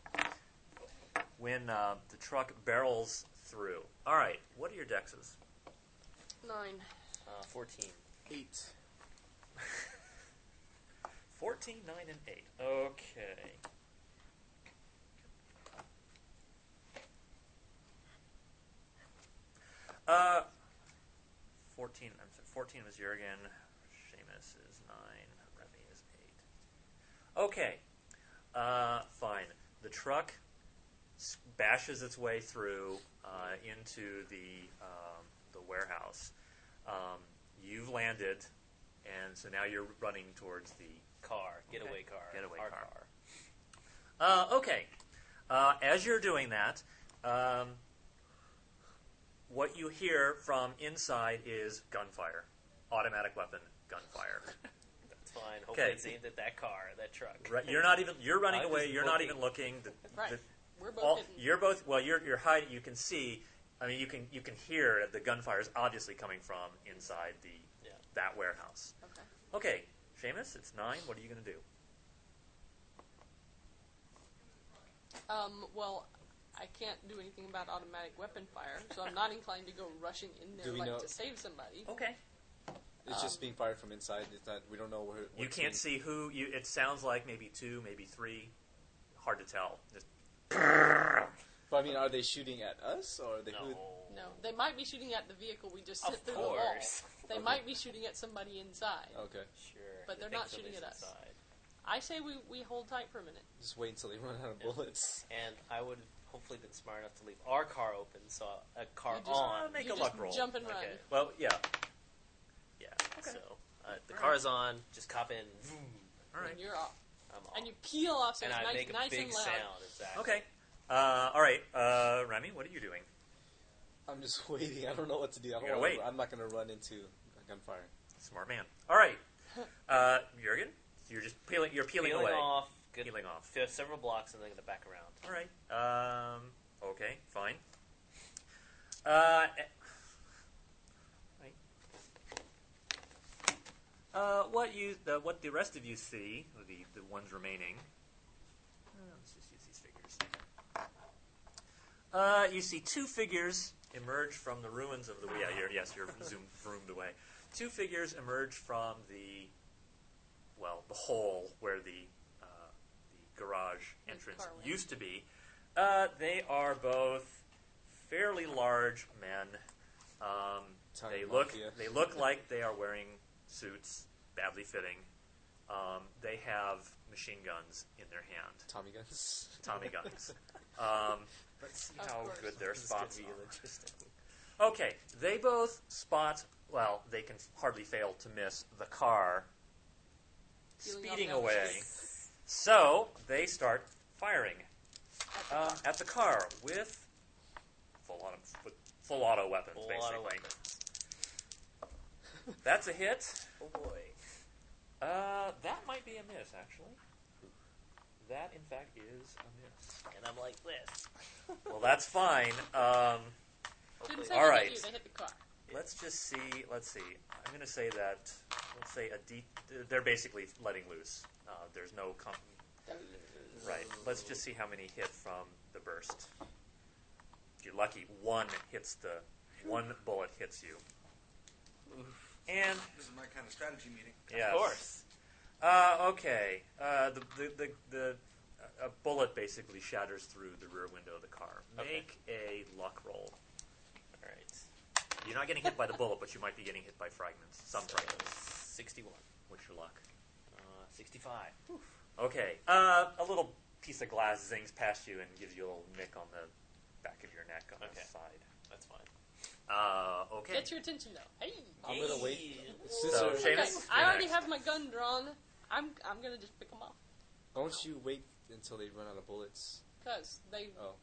S1: When uh, the truck barrels through. All right. What are your dexes?
S3: Nine.
S2: Uh, Fourteen.
S4: Eight.
S1: 14, 9, and eight.
S5: Okay.
S1: Uh, 14. I'm sorry, 14 was Jurgen. Seamus is 9. Remy is 8. Okay. Uh, fine. The truck s- bashes its way through uh, into the, um, the warehouse. Um, you've landed, and so now you're running towards the
S2: Car. Getaway
S1: Okay.
S2: car.
S1: Getaway
S2: our
S1: car. Uh, okay. Uh, as you're doing that, um, what you hear from inside is gunfire, automatic weapon gunfire.
S2: It's fine. Hopefully,
S1: Okay.
S2: it's aimed at that car, that truck.
S1: Right, you're not even. You're running
S2: I was
S1: away. You're not
S2: looking.
S1: even looking. The,
S3: Right.
S1: the-
S3: We're both
S1: all,
S3: hidden.
S1: you're both. Well, you're you're hiding. You can see. I mean, you can you can hear the gunfire is obviously coming from inside the
S2: Yeah.
S1: that warehouse.
S3: Okay.
S1: Okay, Seamus, it's nine. What are you gonna do?
S3: Um, well, I can't do anything about automatic weapon fire, so I'm not inclined to go rushing in
S4: Do
S3: there
S4: we
S3: like
S4: know-
S3: to save somebody.
S1: Okay.
S4: It's just being fired from inside. It's not. We don't know where.
S1: Um, You
S4: what's
S1: can't see
S4: being-
S1: who. You, it sounds like maybe two, maybe three. Hard to tell. Just-
S4: But I mean, are they shooting at us or are they?
S2: No.
S4: Who,
S3: No, they might be shooting at the vehicle we just
S2: Of
S3: sent through
S2: course.
S3: the wall. They might be shooting at somebody inside.
S4: okay.
S2: Sure.
S3: But
S2: you
S3: they're
S2: think
S3: not shooting
S2: somebody's
S3: at us.
S2: inside.
S3: I say we, we hold tight for a minute.
S4: Just wait until they run out of
S2: Yeah.
S4: bullets.
S2: And I would have hopefully been smart enough to leave our car open, so a car
S3: You just-
S2: on.
S1: Make
S3: you
S1: a
S3: just
S1: luck roll.
S3: Jump and run.
S2: Okay.
S1: Well, yeah.
S2: Yeah.
S1: Okay.
S2: So uh, the
S1: Alright.
S2: car's on. Just cop in. Vroom,
S1: All right.
S3: And you're off.
S2: I'm off.
S3: And you peel off so
S2: And
S3: it's
S2: I
S3: nice,
S2: make a
S3: nice
S2: big
S3: and loud.
S2: sound. Exactly.
S1: Okay. Uh, all right. Uh, Remy, what are you doing?
S4: I'm just waiting. I don't know what to do. I don't
S1: gotta
S4: wanna-
S1: wait.
S4: I'm not gonna run into a gunfire.
S1: Smart man. All right. Uh, Jurgen, you're just peeling. You're peeling,
S2: Peeling
S1: away.
S2: off. Good.
S1: Peeling off.
S2: f- Several blocks, and then gonna back around.
S1: All right. Um, okay. Fine. Uh, eh, right. Uh, what you the what the rest of you see the the ones remaining. Uh, let's just use these figures. Uh, you see two figures emerge from the ruins of the. Yeah, you're, yes, you're zoomed, zoomed away. Two figures emerge from the, well, the hole where the, uh, the garage
S3: the
S1: entrance
S3: car went.
S1: used to be. Uh, they are both fairly large men. Um,
S4: Italian
S1: they look
S4: mafia.
S1: they look like they are wearing suits, badly fitting. Um, they have machine guns in their hand.
S4: Tommy guns.
S1: Tommy guns. Um, let's see
S3: Of
S1: how
S3: course.
S1: good their
S2: This is gonna
S1: spots
S2: be
S1: are.
S2: logistic.
S1: Okay, they both spot. Well, they can hardly fail to miss the car
S3: Peeling off
S1: speeding
S3: down the
S1: away.
S3: street.
S1: So they start firing
S3: At the
S1: uh, at the car with full auto, with full auto weapons,
S2: Full
S1: basically.
S2: auto
S1: That's a hit.
S2: Oh boy.
S1: Uh, that might be a miss, actually. That, in fact, is a miss.
S2: And I'm like this.
S1: Well, that's fine. Um,
S5: Didn't
S2: Hopefully,
S5: say
S1: All
S5: they
S1: right.
S5: hit you, they hit the car.
S1: let's just see. Let's see. I'm going to say that. Let's say a D. They're basically letting loose. Uh, there's no com- right. Let's just see how many hit from the burst. If you're lucky, one hits the one bullet hits you. And
S4: This is my kind of strategy meeting.
S1: Yes.
S2: Of course.
S1: Uh, okay. Uh, the the, the, the a bullet basically shatters through the rear window of the car.
S2: Okay.
S1: Make a luck roll.
S2: All right.
S1: You're not getting hit by the bullet, but you might be getting hit by fragments. Some
S2: So,
S1: fragments.
S2: 61.
S1: What's your luck?
S2: Uh, 65.
S1: Okay. Uh, a little piece of glass zings past you and gives you a little nick on the back of your neck on
S2: Okay.
S1: the side.
S2: That's fine.
S1: Uh, okay.
S5: Gets your attention though. Hey.
S4: I'm gonna wait.
S2: Yay.
S4: Since
S1: So,
S4: there-
S1: Seamus,
S5: Okay,
S1: you're
S5: I already
S1: next.
S5: have my gun drawn. I'm I'm gonna just pick them off
S4: don't you wait until they run out of bullets?
S5: because they
S4: Oh,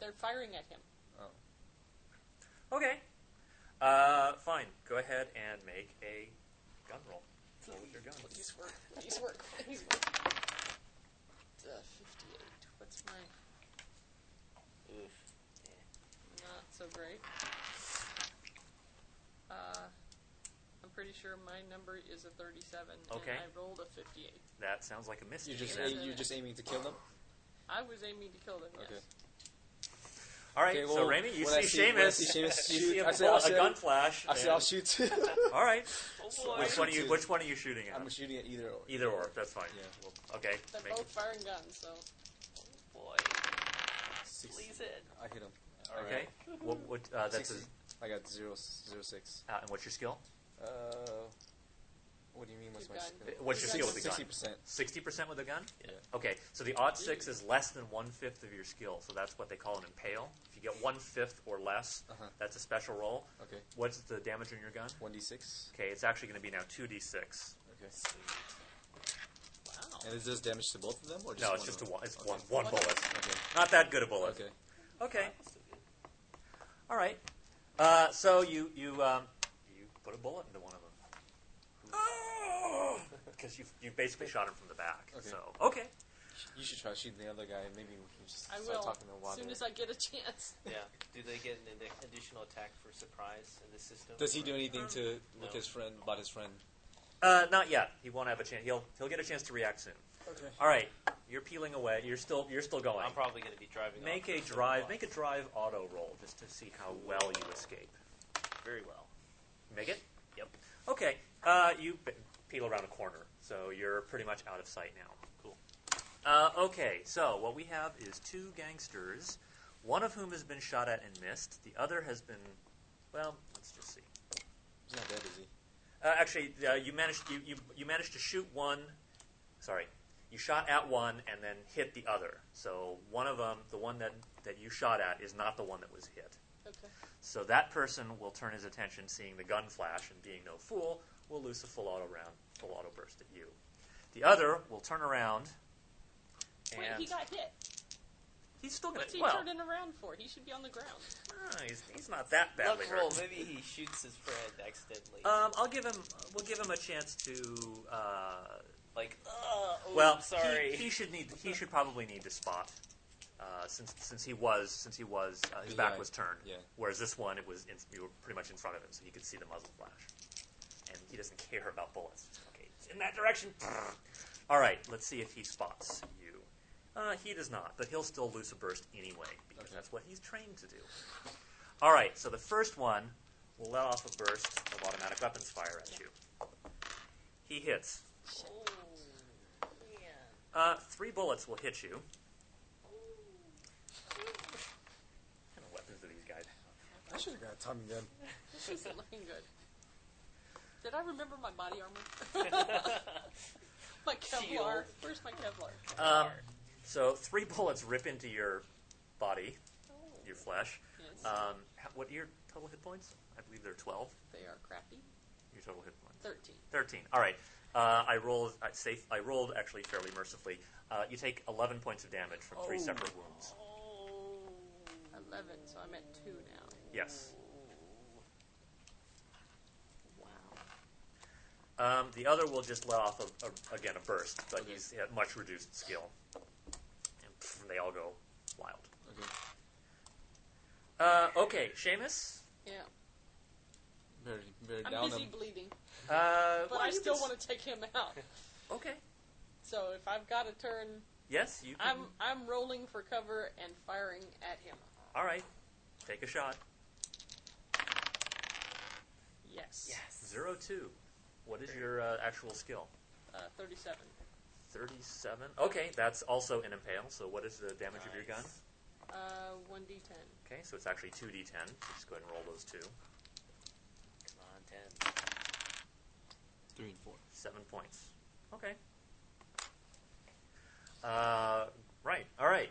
S5: they're firing at him.
S4: oh.
S1: Okay. Uh, fine. Go ahead and make a gun roll. Roll with your gun.
S5: Please work. Please work. Please work. Uh, Fifty-eight. What's my
S2: Oof.
S5: not so great? Uh, I'm pretty sure my number is a thirty-seven,
S1: Okay.
S5: and I rolled a fifty-eight.
S1: That sounds like a miss.
S4: You're
S1: to me
S4: just
S1: then.
S4: aim, you're just aiming to kill them.
S5: I was aiming to kill them. Yes.
S4: Okay.
S1: All right,
S4: Okay,
S1: so
S4: well,
S1: Raimi, you
S4: when I
S1: see
S4: see- when I
S1: Seamus.
S4: see Seamus
S1: you
S4: shoot,
S1: see a,
S4: I say,
S1: bull-
S4: I'll
S1: a
S4: shoot.
S1: gun flash.
S4: I say I'll
S1: and-
S4: shoot too.
S1: All right.
S2: Oh,
S4: I'll
S2: boy.
S1: Which
S4: shoot
S1: one are you?
S4: two.
S1: Which one are you shooting at?
S4: I'm shooting at either or.
S1: Either or. That's fine.
S4: Yeah.
S1: Well, okay.
S5: They're
S1: Make-
S5: both firing guns, so
S2: Oh, boy.
S4: Six-
S2: Please it.
S4: I hit him.
S1: okay. What? what uh, that's a,
S4: Six- I got zero zero six.
S1: uh, and what's your skill?
S4: Uh, what do you mean? What's
S5: Two
S4: my
S5: gun.
S4: skill?
S1: What's your
S5: Two
S1: skill with the gun?
S4: Sixty percent.
S1: Sixty percent with a gun.
S4: Yeah.
S1: Okay. So the odd six is less than one fifth of your skill. So that's what they call an impale. If you get one fifth or less,
S4: Uh huh.
S1: that's a special roll.
S4: Okay.
S1: What's the damage on your gun?
S4: One d six.
S1: Okay, it's actually going to be now two d six.
S4: Okay.
S2: Wow.
S4: And is this damage to both of them, or just
S1: No,
S4: one
S1: it's just a
S4: of them?
S1: one. It's
S4: Okay.
S1: one, one
S5: One.
S1: bullet.
S4: Okay.
S1: Not that good a bullet.
S4: Okay.
S1: Okay.
S2: That's still good.
S1: All right. Uh, so you you um, you put a bullet into one of them. Because you you basically shot him from the back.
S4: Okay.
S1: So Oh! okay.
S4: You should try shooting the other guy. Maybe we can just
S5: I
S4: start
S5: will
S4: talking to
S5: as
S4: Water.
S5: soon as I get a chance.
S2: Yeah. Do they get an ad- additional attack for surprise in this system?
S4: Does he
S2: or-
S4: do anything to with
S2: No.
S4: his friend about his friend?
S1: Uh, not yet. He won't have a chance. He'll he'll get a chance to react soon.
S4: Okay.
S1: All right. You're peeling away. You're still you're still going.
S2: I'm probably going to be driving.
S1: make a drive. Make a drive auto roll just to see how well you escape.
S2: very well.
S1: Make it.
S2: Yep.
S1: Okay. Uh, you b- peel around a corner, so you're pretty much out of sight now.
S2: Cool.
S1: Uh, okay, so what we have is two gangsters, one of whom has been shot at and missed. The other has been, well, let's just see.
S4: He's not dead, is he?
S1: Uh, actually, uh, you managed you, you you managed to shoot one. Sorry, you shot at one and then hit the other. So one of them, the one that that you shot at, is not the one that was hit.
S5: Okay.
S1: So that person will turn his attention, seeing the gun flash and being no fool, will loose a full auto round, full auto burst at you. The other will turn around. And
S5: Wait, he got hit.
S1: he's still going
S5: What's
S1: to.
S5: he
S1: Well,
S5: turning around for? He should be on the ground.
S1: ah, he's, he's not that badly
S2: Luck roll.
S1: hurt.
S2: Maybe he shoots his friend accidentally.
S1: Um, I'll give him. We'll give him a chance to. Uh,
S2: like, uh, oh,
S1: well, he-
S2: sorry.
S1: He, should need. He should probably need to spot. Uh, since since he was since he was uh, his back
S4: Behind.
S1: was turned,
S4: Yeah.
S1: whereas this one it was in, you were pretty much in front of him, so he could see the muzzle flash, and he doesn't care about bullets. Okay, it's in that direction. All right, let's see if he spots you. Uh, he does not, but he'll still loose a burst anyway because
S4: Okay.
S1: that's what he's trained to do. All right, so the first one will let off a burst of automatic weapons fire at you. He hits.
S2: Oh, man.
S1: Uh, three bullets will hit you. What kind of weapons do these guys have?
S4: I should have got a Tommy gun.
S5: This isn't looking good. Did I remember my body armor? my Kevlar.
S2: Shield.
S5: Where's my Kevlar?
S1: Um, so three bullets rip into your body, your flesh.
S5: Yes,
S1: Um, how- what are your total hit points? I believe they're 12.
S5: they are crappy.
S1: Your total hit points.
S5: Thirteen.
S1: 13. All right. Uh, I rolled I safe. I rolled actually fairly mercifully. Uh, you take 11 points of damage from three separate wounds.
S5: Eleven. So I'm at two now.
S1: Yes.
S5: Wow.
S1: Um, the other will just let off a, a, again a burst, but
S4: Okay.
S1: he's at much reduced skill. And pff, they all go wild.
S4: Okay.
S1: Uh, okay, Seamus.
S5: Yeah.
S4: Very, very
S5: I'm
S4: down.
S5: busy
S4: him.
S5: bleeding,
S1: Uh,
S5: but I still want to take him out.
S1: to. Okay.
S5: So if I've got a turn,
S1: Yes, you. Can,
S5: I'm I'm rolling for cover and firing at him.
S1: all right. Take a shot.
S5: Yes.
S1: Zero two. What is your uh, actual skill?
S5: Uh, Thirty-seven.
S1: Thirty-seven. Okay, that's also an impale. So what is the damage of your gun?
S6: Nice.
S5: Uh, one d10.
S1: Okay, so it's actually two d10. Just go ahead and roll those two.
S2: Come on, ten.
S4: Three and four.
S1: Seven points. Okay. Uh, right. All right.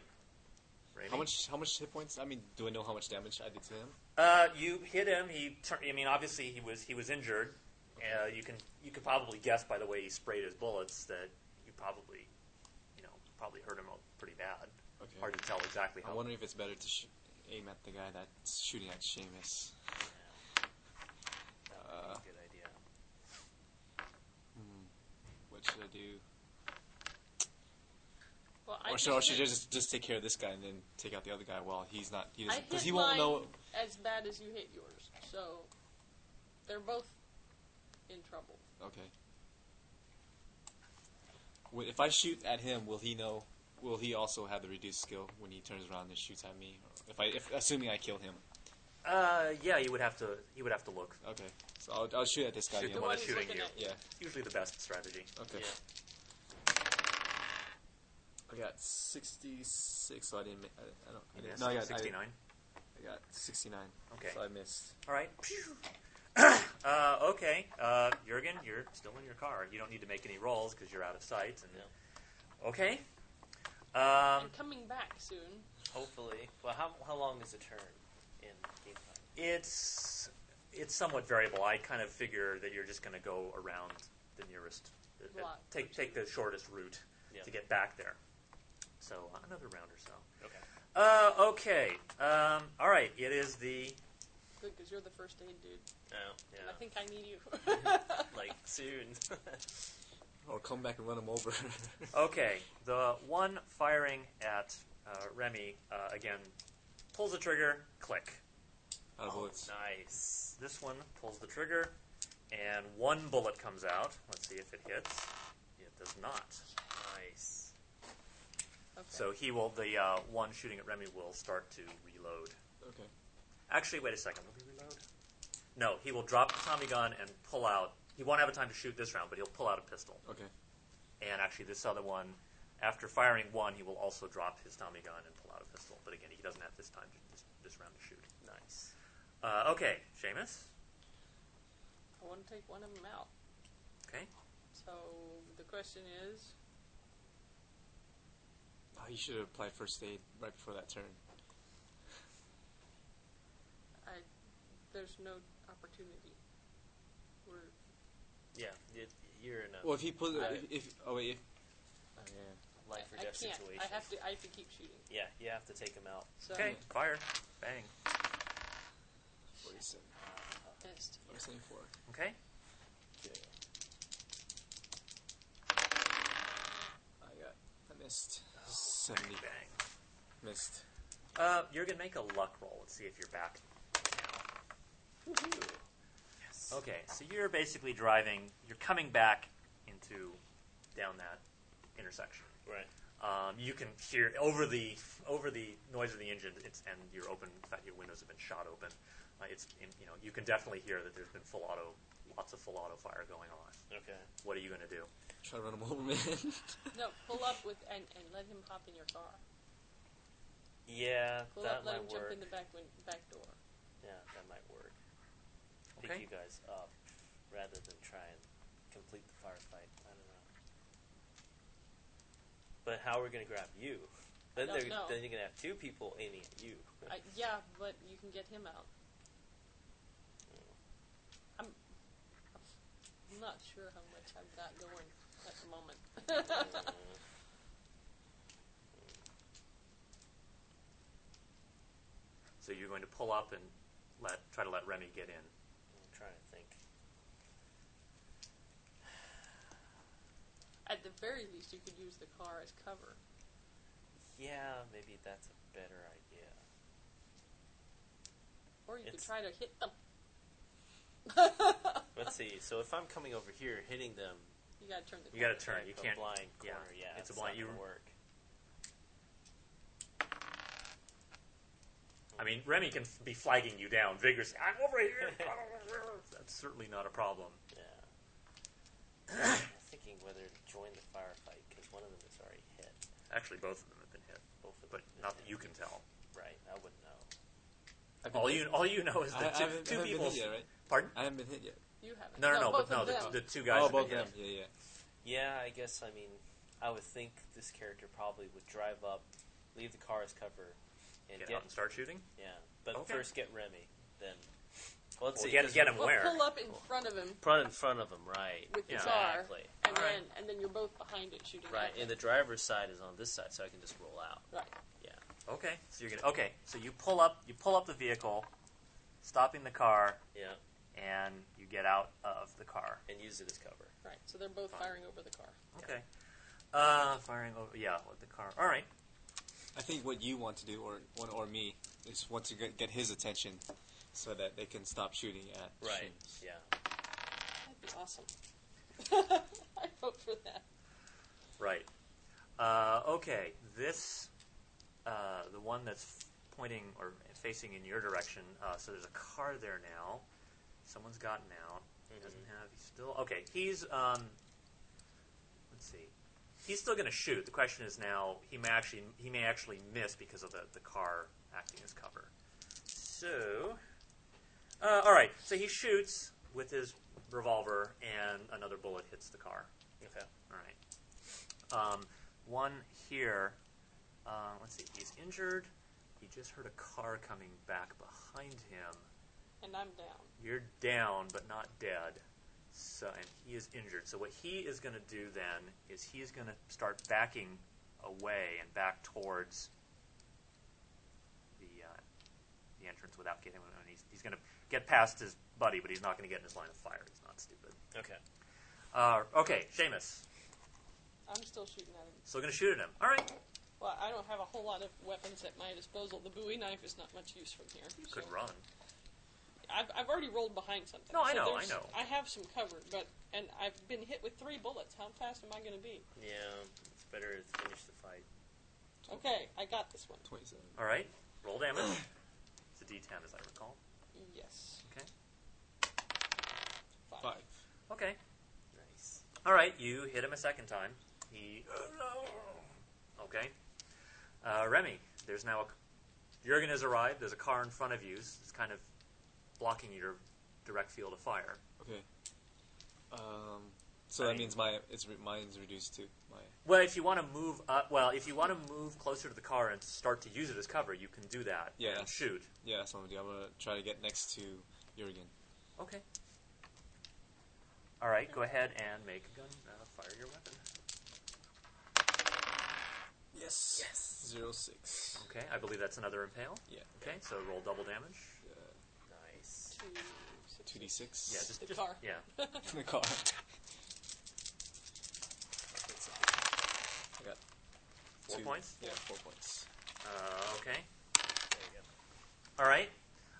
S1: Raimi?
S4: How much? How much hit points? I mean, do I know how much damage I did to him?
S1: Uh, you hit him. He. Tur- I mean, obviously he was he was injured. Uh, you can you could probably guess by the way he sprayed his bullets that you probably, you know, probably hurt him pretty bad.
S4: Okay.
S1: Hard to tell exactly how.
S4: I'm wondering if it's better to sh- aim at the guy that's shooting at Seamus.
S2: That would be
S4: Uh.
S2: a good idea.
S4: Hmm. What should I do?
S5: Well, I
S4: or should, or
S5: just
S4: should I
S5: hit-
S4: just just take care of this guy and then take out the other guy while he's not? He
S5: I
S4: doesn't
S5: hit
S4: because he won't
S5: mine
S4: know.
S5: as bad as you hit yours, so they're both in trouble.
S4: Okay. Wait, If I shoot at him, will he know? Will he also have the reduced skill when he turns around and shoots at me? Or If I, if, assuming I kill him.
S1: Uh, yeah, you would have to you would have to look.
S4: Okay, so I'll, I'll shoot at this guy.
S1: Shoot
S4: again.
S1: the one that's
S5: who's
S1: shooting
S5: looking
S1: you.
S5: at
S4: Yeah.
S1: It's usually the best strategy.
S4: Okay.
S2: Yeah.
S4: I got sixty-six, so I didn't. mi- I, I don't. I
S1: You
S4: didn't
S1: missed.
S4: no, I got I-
S1: sixty-nine.
S4: I got sixty-nine.
S1: Okay.
S4: So I missed.
S1: All right. uh, okay, uh, Jurgen, you're still in your car. You don't need to make any rolls because you're out of sight. And okay. Um,
S5: I'm coming back soon.
S2: Hopefully. Well, how, how long is a turn in game time?
S1: It's it's somewhat variable. I kind of figure that you're just going to go around the nearest, uh, uh,
S5: Lot.
S1: take take the shortest route
S2: Yeah.
S1: to get back there. So uh, another round or so.
S2: Okay.
S1: Uh, okay. Um, all right. It is the
S5: Good, because you're the first aid dude.
S2: Oh,
S5: and
S2: yeah.
S5: I think I need you.
S4: Oh.
S2: like soon.
S4: Or come back and run him over.
S1: okay. The one firing at uh, Remy uh, again pulls the trigger. Click.
S4: Out of
S1: Oh,
S4: bullets.
S2: nice.
S1: This one pulls the trigger, and one bullet comes out. Let's see if it hits. It does not.
S2: Nice.
S5: okay.
S1: So he will. The uh, one shooting at Remy will start to reload.
S4: Okay.
S1: Actually, wait a second. Will he reload? No, he will drop the Tommy gun and pull out. He won't have a time to shoot this round, but he'll pull out a pistol.
S4: Okay.
S1: And actually, this other one, after firing one, he will also drop his Tommy gun and pull out a pistol. But again, he doesn't have this time to, this, this round to shoot.
S2: Nice.
S1: Uh, okay, Seamus.
S5: I want to take one of them out.
S1: Okay.
S5: So the question is,
S4: Oh, you should have applied first aid right before that turn.
S5: I there's no opportunity. We're
S2: Yeah, you, you're in a
S4: Well, if he put,
S2: I-
S4: if, if oh wait, if, oh, yeah.
S2: life or
S5: I
S2: death
S5: can't.
S2: situation.
S5: I have to. I have to keep shooting.
S2: Yeah, you have to take him out.
S5: So
S1: Okay. Fire. Bang.
S4: Forty-seven.
S5: best.
S4: I'm saying four.
S1: Okay.
S4: I got. I missed.
S1: Oh,
S4: Seventy.
S1: Bang.
S4: Missed.
S1: Uh, you're gonna make a luck roll. Let's see if you're back.
S2: Yes.
S1: Okay, so you're basically driving. You're coming back into down that intersection.
S2: Right.
S1: Um, you can hear over the over the noise of the engine. It's and your open. In fact, your windows have been shot open. Uh, it's in, you know you can definitely hear that there's been full auto, lots of full auto fire going on.
S2: Okay.
S1: What are you gonna do?
S4: Try to run him over, man.
S5: No, pull up with and, and let him hop in your car.
S2: Yeah,
S5: Pull
S2: that
S5: up, let him
S2: might
S5: jump
S2: work.
S5: in the back win- back door.
S2: Yeah, that might work. Pick
S1: Okay.
S2: you guys up rather than try and complete the firefight. I don't know. But how are we going to grab you? Then,
S5: don't
S2: they're,
S5: know.
S2: then you're going to have two people aiming at you.
S5: I, yeah, but you can get him out. I'm, I'm not sure how much I've got going at the moment.
S1: So you're going to pull up and let try to let Remy get in.
S2: I'm trying to think.
S3: the very least, you could use the car as cover.
S2: Yeah, maybe that's a better idea.
S3: Or you could
S2: It's-
S3: try to hit them.
S2: Let's see. So if I'm coming over here, hitting them,
S3: You gotta turn the
S1: You gotta
S3: corner.
S1: turn.
S2: like
S1: You
S2: a
S1: can't.
S2: blind
S1: yeah,
S2: corner. Yeah,
S1: it's a blind-
S2: Not
S1: you-
S2: gonna work.
S1: I mean, Remy can be flagging you down vigorously. I'm over here. That's certainly not a problem.
S2: Yeah. I'm thinking whether to join the firefight because one of them is already hit.
S1: Actually, both of them have been hit,
S2: Both of
S1: but
S2: them.
S1: not that you can tell.
S2: Right. I wouldn't know.
S4: I've been
S1: All
S4: hit.
S1: you all you know is
S4: I, I
S1: that two,
S4: haven't, I
S1: two
S4: haven't
S1: people.
S4: Been hit yet, right?
S1: Pardon?
S4: I haven't been hit yet.
S3: You haven't.
S1: No, no, no. But
S3: both
S1: no,
S3: of them.
S1: the, the two guys.
S4: oh,
S1: have been
S4: both
S1: hit.
S4: of them. Yeah, yeah.
S2: Yeah, I guess. I mean, I would think this character probably would drive up, leave the car as cover, and
S1: Get,
S2: get,
S1: out and start shooting.
S2: yeah. But
S1: Okay.
S2: first get Remy, then. Well, let's
S1: Well,
S2: see.
S1: get-
S2: 'cause
S1: get 'em
S3: Well,
S1: where?
S3: pull up in front of him
S2: front in front of him, right?
S3: with the
S1: Yeah.
S3: car,
S2: Exactly.
S3: and
S1: All right.
S3: then and then you're both behind it shooting.
S2: Right,
S3: at
S2: and
S3: them.
S2: the driver's side is on this side, so I can just roll out.
S3: right.
S1: Okay. So you're gonna. Okay. So you pull up. You pull up the vehicle, stopping the car,
S2: Yeah,
S1: and you get out of the car.
S2: and use it as cover.
S3: Right. So they're both
S1: Fine.
S3: firing over the car.
S1: Okay. Uh, firing over. Yeah, with the car. All right.
S4: I think what you want to do, or one or me, is want to get, get his attention, so that they can stop shooting at.
S2: Right. Yeah.
S3: That'd be awesome. I vote for that.
S1: Right. Uh, okay. This, uh, the one that's pointing or facing in your direction. Uh, so there's a car there now. Someone's gotten out. Doesn't have. He's still okay. He's um. Let's see. He's still going to shoot. The question is now he may actually he may actually miss because of the, the car acting as cover. So, uh, all right. So he shoots with his revolver, and another bullet hits the car.
S2: Okay.
S1: All right. Um, one here. Uh, let's see. He's injured. He just heard a car coming back behind him.
S3: And I'm down.
S1: You're down, but not dead. So, and he is injured. So what he is going to do then is he's going to start backing away and back towards the uh, the entrance without getting. And he's he's going to get past his buddy, but he's not going to get in his line of fire. He's not stupid.
S2: Okay.
S1: Uh, okay, Seamus.
S3: I'm still shooting at him.
S1: Still going to shoot at him. All right.
S3: Well, I don't have a whole lot of weapons at my disposal. The Bowie knife is not much use from here.
S1: Could
S3: so-
S1: run.
S3: I've, I've already rolled behind something.
S1: No, I
S3: so
S1: know,
S3: there's-
S1: I know.
S3: I have some cover, but and I've been hit with three bullets. How fast am I going to be?
S2: Yeah, it's better to finish the fight.
S3: Okay, I got this one.
S4: Twenty-seven.
S1: All right. Roll damage. it's a D10, as I recall.
S3: Yes.
S1: Okay.
S3: Five.
S4: Five.
S1: Okay.
S2: Nice.
S1: All right. You hit him a second time. He. Okay. Uh, Remy, there's now a. Jurgen has arrived. There's a car in front of you. It's kind of blocking your direct field of fire.
S4: Okay. Um. So
S1: I
S4: that
S1: mean-
S4: means my it's re- mine's reduced to my.
S1: Well, if you want to move up, well, if you want to move closer to the car and start to use it as cover, you can do that.
S4: Yeah.
S1: And shoot.
S4: Yeah, that's what I'm gonna do. I'm gonna try to get next to Jurgen.
S1: Okay. All right. Go ahead and make a gun. Uh, fire your weapon.
S4: Yes. Yes. Zero six.
S1: Okay. I believe that's another impale.
S4: Yeah.
S1: Okay, so roll double damage.
S2: Nice.
S3: Two, six,
S4: Uh, Two d six.
S1: Yeah, just,
S3: The
S1: just
S3: car.
S1: yeah.
S4: in the car. I got
S1: Four
S4: two-
S1: points?
S4: Yeah, four points.
S1: Uh, okay.
S2: There you go.
S1: All right.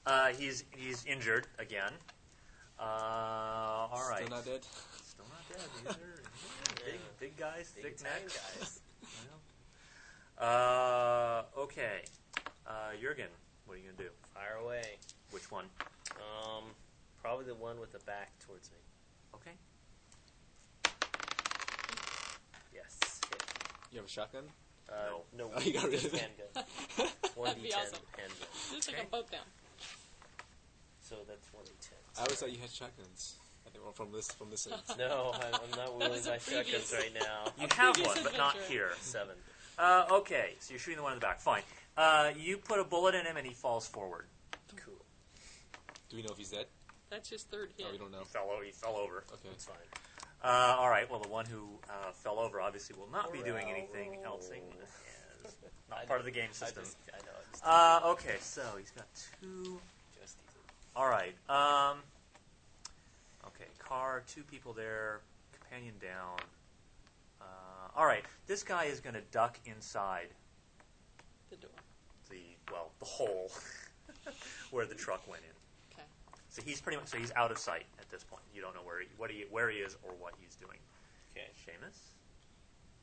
S1: Uh, he's he's injured again. Uh, all right.
S4: Still not dead.
S1: Still not dead. These are big,
S2: Yeah.
S1: big guys,
S2: Big
S1: thick
S2: time,
S1: necks.
S2: guys.
S1: Uh, okay. Uh, Jurgen, what are you gonna do?
S2: Fire away.
S1: Which one?
S2: Um, probably the one with the back towards me.
S1: Okay.
S2: Yes. hit.
S4: You have a shotgun?
S2: Uh,
S1: No.
S2: no.
S4: Oh, you got rid
S2: just
S4: of it.
S2: handgun. One
S3: That'd be
S2: D10
S3: awesome.
S2: handgun.
S3: Just like
S1: Okay.
S3: a boat down.
S2: So that's one D10.
S4: I always thought you had shotguns. I think well, from this from this end.
S2: No, I'm, I'm not
S3: was
S2: willing
S3: a
S2: to buy shotguns
S3: previous.
S2: right now.
S1: You have
S3: previous
S1: one, but not
S3: adventure.
S1: here.
S2: Seven.
S1: Uh, okay. So you're shooting the one in the back. Fine. Uh, you put a bullet in him and he falls forward.
S2: Cool.
S4: Do we know if he's dead?
S3: That's his third hit.
S4: No, we don't know.
S1: He fell. o- He fell over.
S4: Okay.
S2: That's fine.
S1: Uh, all right. Well, the one who uh, fell over obviously will not be doing
S2: Morale
S1: anything
S2: roll.
S1: else. Yes. Not
S2: I
S1: part
S2: know.
S1: of the game
S2: I
S1: system.
S2: just- I know. I just,
S1: Uh, okay, so he's got two.
S2: just teasing.
S1: All right. Um, okay, car, two people there, companion down. Uh, all right, this guy is going to duck inside
S3: The door.
S1: the well, the hole where the truck went in.
S3: Okay.
S1: So he's pretty much so he's out of sight at this point. You don't know where he, what he where he is or what he's doing.
S2: Okay.
S1: Seamus,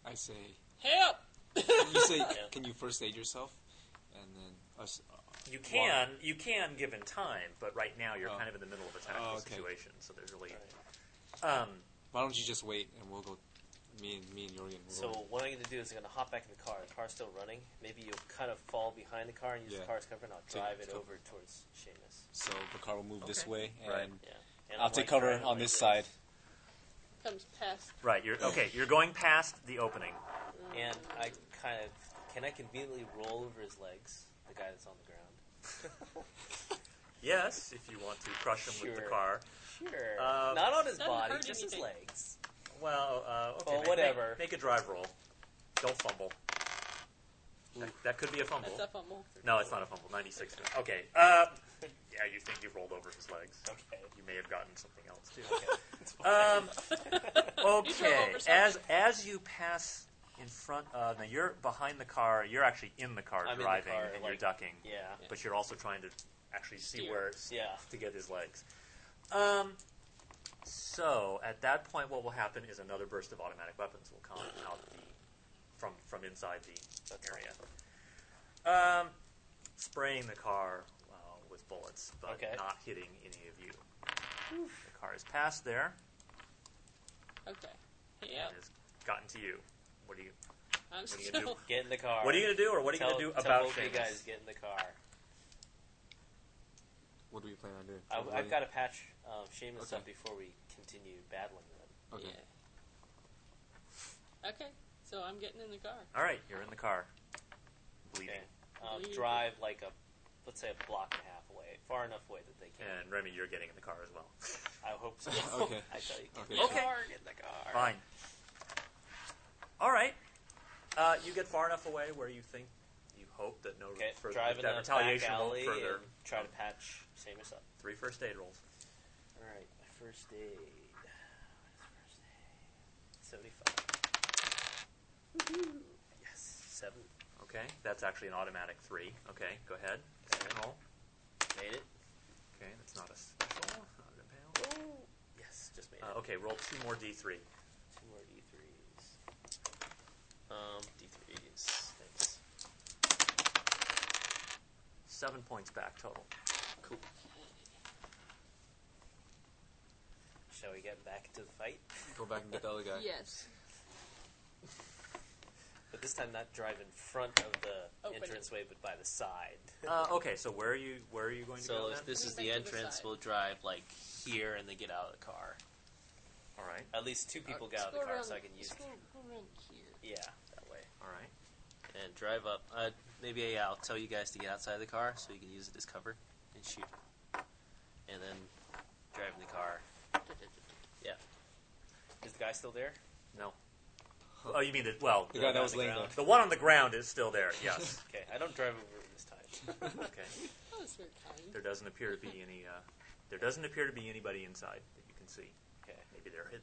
S4: I say,
S3: Help!
S4: you say, can you first aid yourself? And then us.
S1: you
S4: Why?
S1: can you can given time, but right now you're
S4: Oh.
S1: kind of in the middle of a tactical
S4: Oh, okay.
S1: situation. So there's really
S2: All right.
S1: um,
S4: Why don't you just wait and we'll go. Me and me and Jorgen. We'll
S2: So what I'm going to do is I'm going to hop back in the car. The car's still running. Maybe you'll kind of fall behind the car and use
S4: Yeah.
S2: the car's cover, and I'll
S4: Take
S2: drive it
S4: cover.
S2: over towards Seamus.
S4: so the car will move this
S1: Okay.
S4: way, and
S1: Right.
S2: And
S4: I'll
S2: I'm, like,
S4: take cover
S2: driving
S4: on
S2: like
S4: this
S2: this.
S4: side.
S3: Comes past.
S1: right. You're okay. You're going past the opening.
S2: And I kind of can I conveniently roll over his legs, the guy that's on the ground.
S1: Yes, if you want to crush him with the
S2: Sure.
S1: car.
S2: Sure.
S1: Um,
S2: Not on his
S3: Doesn't
S2: body,
S3: hurt
S2: just his
S3: anything.
S2: legs.
S1: Well, uh, okay.
S2: Well,
S1: make-
S2: whatever.
S1: Make, make a drive roll. Don't fumble. That, that could be a fumble.
S3: That's up on more.
S1: No, it's not a fumble. 96. Okay. Uh, yeah, you think you've rolled over his legs.
S2: Okay.
S1: You may have gotten something else, too.
S2: Okay.
S1: Um, okay.
S3: over something.
S1: As, as you pass in front of. Now, you're behind the car. You're actually in the car
S2: I'm in the
S1: driving
S2: car,
S1: and you're
S2: like-
S1: ducking.
S2: yeah.
S1: But you're also trying to actually see
S3: Steer.
S1: where
S2: Yeah.
S1: to get his legs. Um, so at that point, what will happen is another burst of automatic weapons will come out the from from inside the area, um, spraying the car uh, with bullets, but
S2: Okay.
S1: not hitting any of you. The car is past there
S3: Okay. Yep.
S1: and has gotten to you. What are you
S3: I'm
S1: what are you gonna
S3: still.
S2: Get in the car.
S1: What are you gonna do, or what are you
S2: tell,
S1: gonna do
S2: tell
S1: about
S2: both you
S1: Seamus?
S2: guys get in the car.
S4: What do we plan on doing?
S2: I, I've got to patch um, Seamus
S4: Okay.
S2: up before we continue battling them.
S4: Okay.
S3: Yeah. Okay. So I'm getting in the car.
S1: All right, you're in the car, bleeding,
S2: Okay. Um,
S3: Leave.
S2: drive like a, let's say a block and a half away, far enough away that they can.
S1: and Remy, you're getting in the car as well.
S2: I hope so.
S4: Okay.
S2: I tell you, get in
S4: Okay.
S2: the car, get in the car.
S1: Fine. All right. Uh, you get far enough away where you think you hope that no
S2: Okay,
S1: further
S2: drive in
S1: that
S2: a
S1: retaliation
S2: back alley
S1: won't further.
S2: and try to patch Seamus up.
S1: Three first aid rolls.
S2: All right, my first aid. What is first aid? Seventy-five. Yes, seven.
S1: Okay, that's actually an automatic three. Okay, go ahead. Second roll.
S2: Made it.
S1: Okay, that's not a special. Not an impale.
S2: Yes, just made
S1: Uh,
S2: it.
S1: okay, roll two more d3.
S2: Two more D3s. Um, D3s. Thanks.
S1: Seven points back total.
S2: Cool. Shall we get back into the fight?
S4: Go back and get the other guy.
S3: Yes.
S2: But this time, not drive in front of the
S3: Open it.
S2: entranceway, but by the side.
S1: Oh, Uh, okay, so where are you? Where are you going to go?
S2: so
S1: Then?
S2: if this is
S3: Coming
S2: the
S3: back to the
S2: entrance,
S3: side.
S2: we'll drive like here, and they get out of the car.
S1: all right,
S2: At least
S1: Uh,
S2: two people get
S3: Let's
S2: out of the
S3: go
S2: car,
S3: around-
S2: so I can use.
S3: Let's go, go around here.
S2: Yeah, that way.
S1: all right.
S2: And drive up. Uh, maybe yeah, I'll tell you guys to get outside the car, so you can use it as cover and shoot. And then drive in the car. Yeah. Is the guy still there?
S1: No. Oh, you mean the well?
S4: The guy that was
S2: the
S4: laying
S2: ground.
S4: there.
S1: The one on the ground is still there. Yes.
S2: Okay, I don't drive over him this time.
S1: okay.
S3: That was very kind.
S1: There doesn't appear to be any. Uh, there doesn't appear to be anybody inside that you can see.
S2: Okay.
S1: Maybe they're hidden.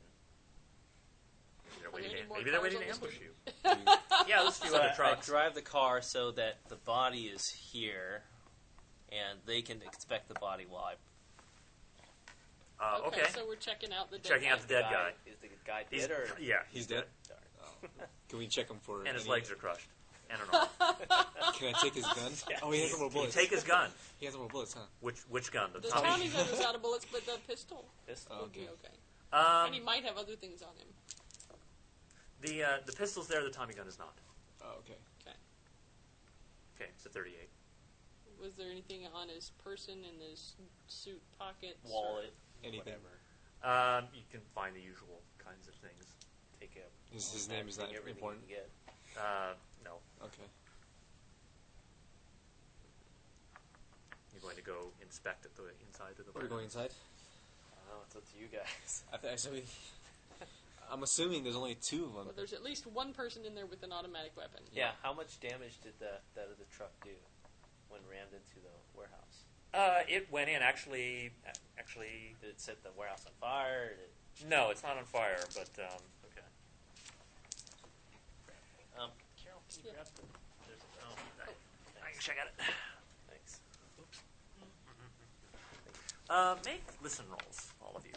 S1: Maybe they're
S3: there
S1: waiting.
S3: any
S1: To,
S3: more
S1: maybe they're
S3: cars
S1: waiting
S3: on
S1: to
S3: the
S1: ambush
S3: street?
S1: you.
S4: Do-
S1: yeah, let's do
S2: So I,
S1: other
S2: I
S1: trucks.
S2: drive the car so that the body is here, and they can expect the body while I
S1: Uh, okay.
S3: So we're checking out the dead
S1: Checking out the
S3: guy.
S1: dead guy.
S2: Is the guy
S1: He's,
S2: dead or?
S1: yeah,
S4: He's dead.
S2: Darn.
S4: Can we check him for?
S1: and his
S4: any-
S1: legs are crushed. And an arm.
S4: Can I take his gun? Oh, he has no more
S1: Can you
S4: bullets.
S1: take his gun?
S4: He has no more bullets, huh?
S1: Which which gun? The,
S3: The
S1: Tommy.
S3: Tommy gun was out of bullets, but the pistol
S2: This-
S4: Oh.
S3: would be
S4: Okay.
S3: okay. and he
S1: Um,
S3: might have other things on him.
S1: the uh, the pistol's there. The Tommy gun is not.
S4: Oh, okay.
S3: Okay.
S1: Okay, it's a 38.
S3: Was there anything on his person in his suit pockets? or-
S2: wallet,
S4: Anything.
S2: whatever.
S1: Um, you can find the usual kinds of things.
S2: Take it.
S4: His, his name is not
S2: Take everything
S4: important.
S2: You can get.
S1: Uh, no,
S4: Okay.
S1: you're going to go inspect at the inside of the.
S4: Are we Oh, going inside?
S2: I don't know. It's up to you guys.
S4: I think I said we. I'm assuming there's only two of them.
S3: Well, there's at least one person in there with an automatic weapon.
S2: Yeah. How much damage did the that of the truck do when rammed into the warehouse?
S1: Uh, it went in actually. Actually,
S2: Did it set the warehouse on fire? Did it,
S1: no, it's not on fire, but um,
S2: okay.
S1: Can you
S5: Yeah.
S1: grab the, there's, oh, I, I actually got it.
S2: Thanks.
S1: Uh, make
S7: Listen rolls, all of you.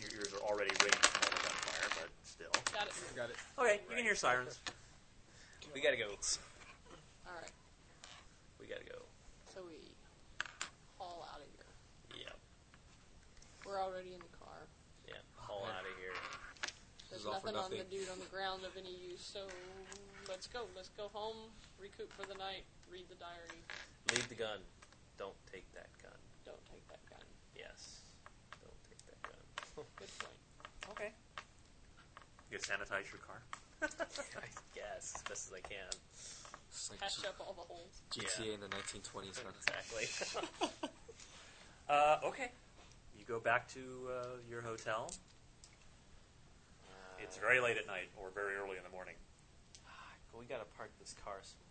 S7: Your ears are already ringing from all the gunfire, but still.
S5: Got it.
S8: Got it.
S7: Okay, you can hear sirens.
S2: We gotta go.
S5: All right.
S2: We gotta go.
S5: So we haul out of here.
S2: Yeah.
S5: We're already in the car.
S2: Yeah. All out of here.
S5: There's
S4: is all for
S5: nothing on the
S4: nothing.
S5: dude on the ground of any use, so let's go. Let's go home, recoup for the night, read the diary.
S2: Leave the gun. Don't take that gun.
S5: Don't take that gun.
S2: Yes. Don't take that gun.
S5: Good point.
S2: okay.
S7: You sanitize your car.
S2: yes, as best as I can.
S4: It's like
S5: Patch
S4: G-
S5: up all the holes.
S4: GTA in the 1920s. man.
S2: Exactly.
S1: uh, okay.
S7: You go back to uh, your hotel. It's
S2: Uh,
S7: very late at night or very early in the morning.
S2: We gotta park this car somewhere.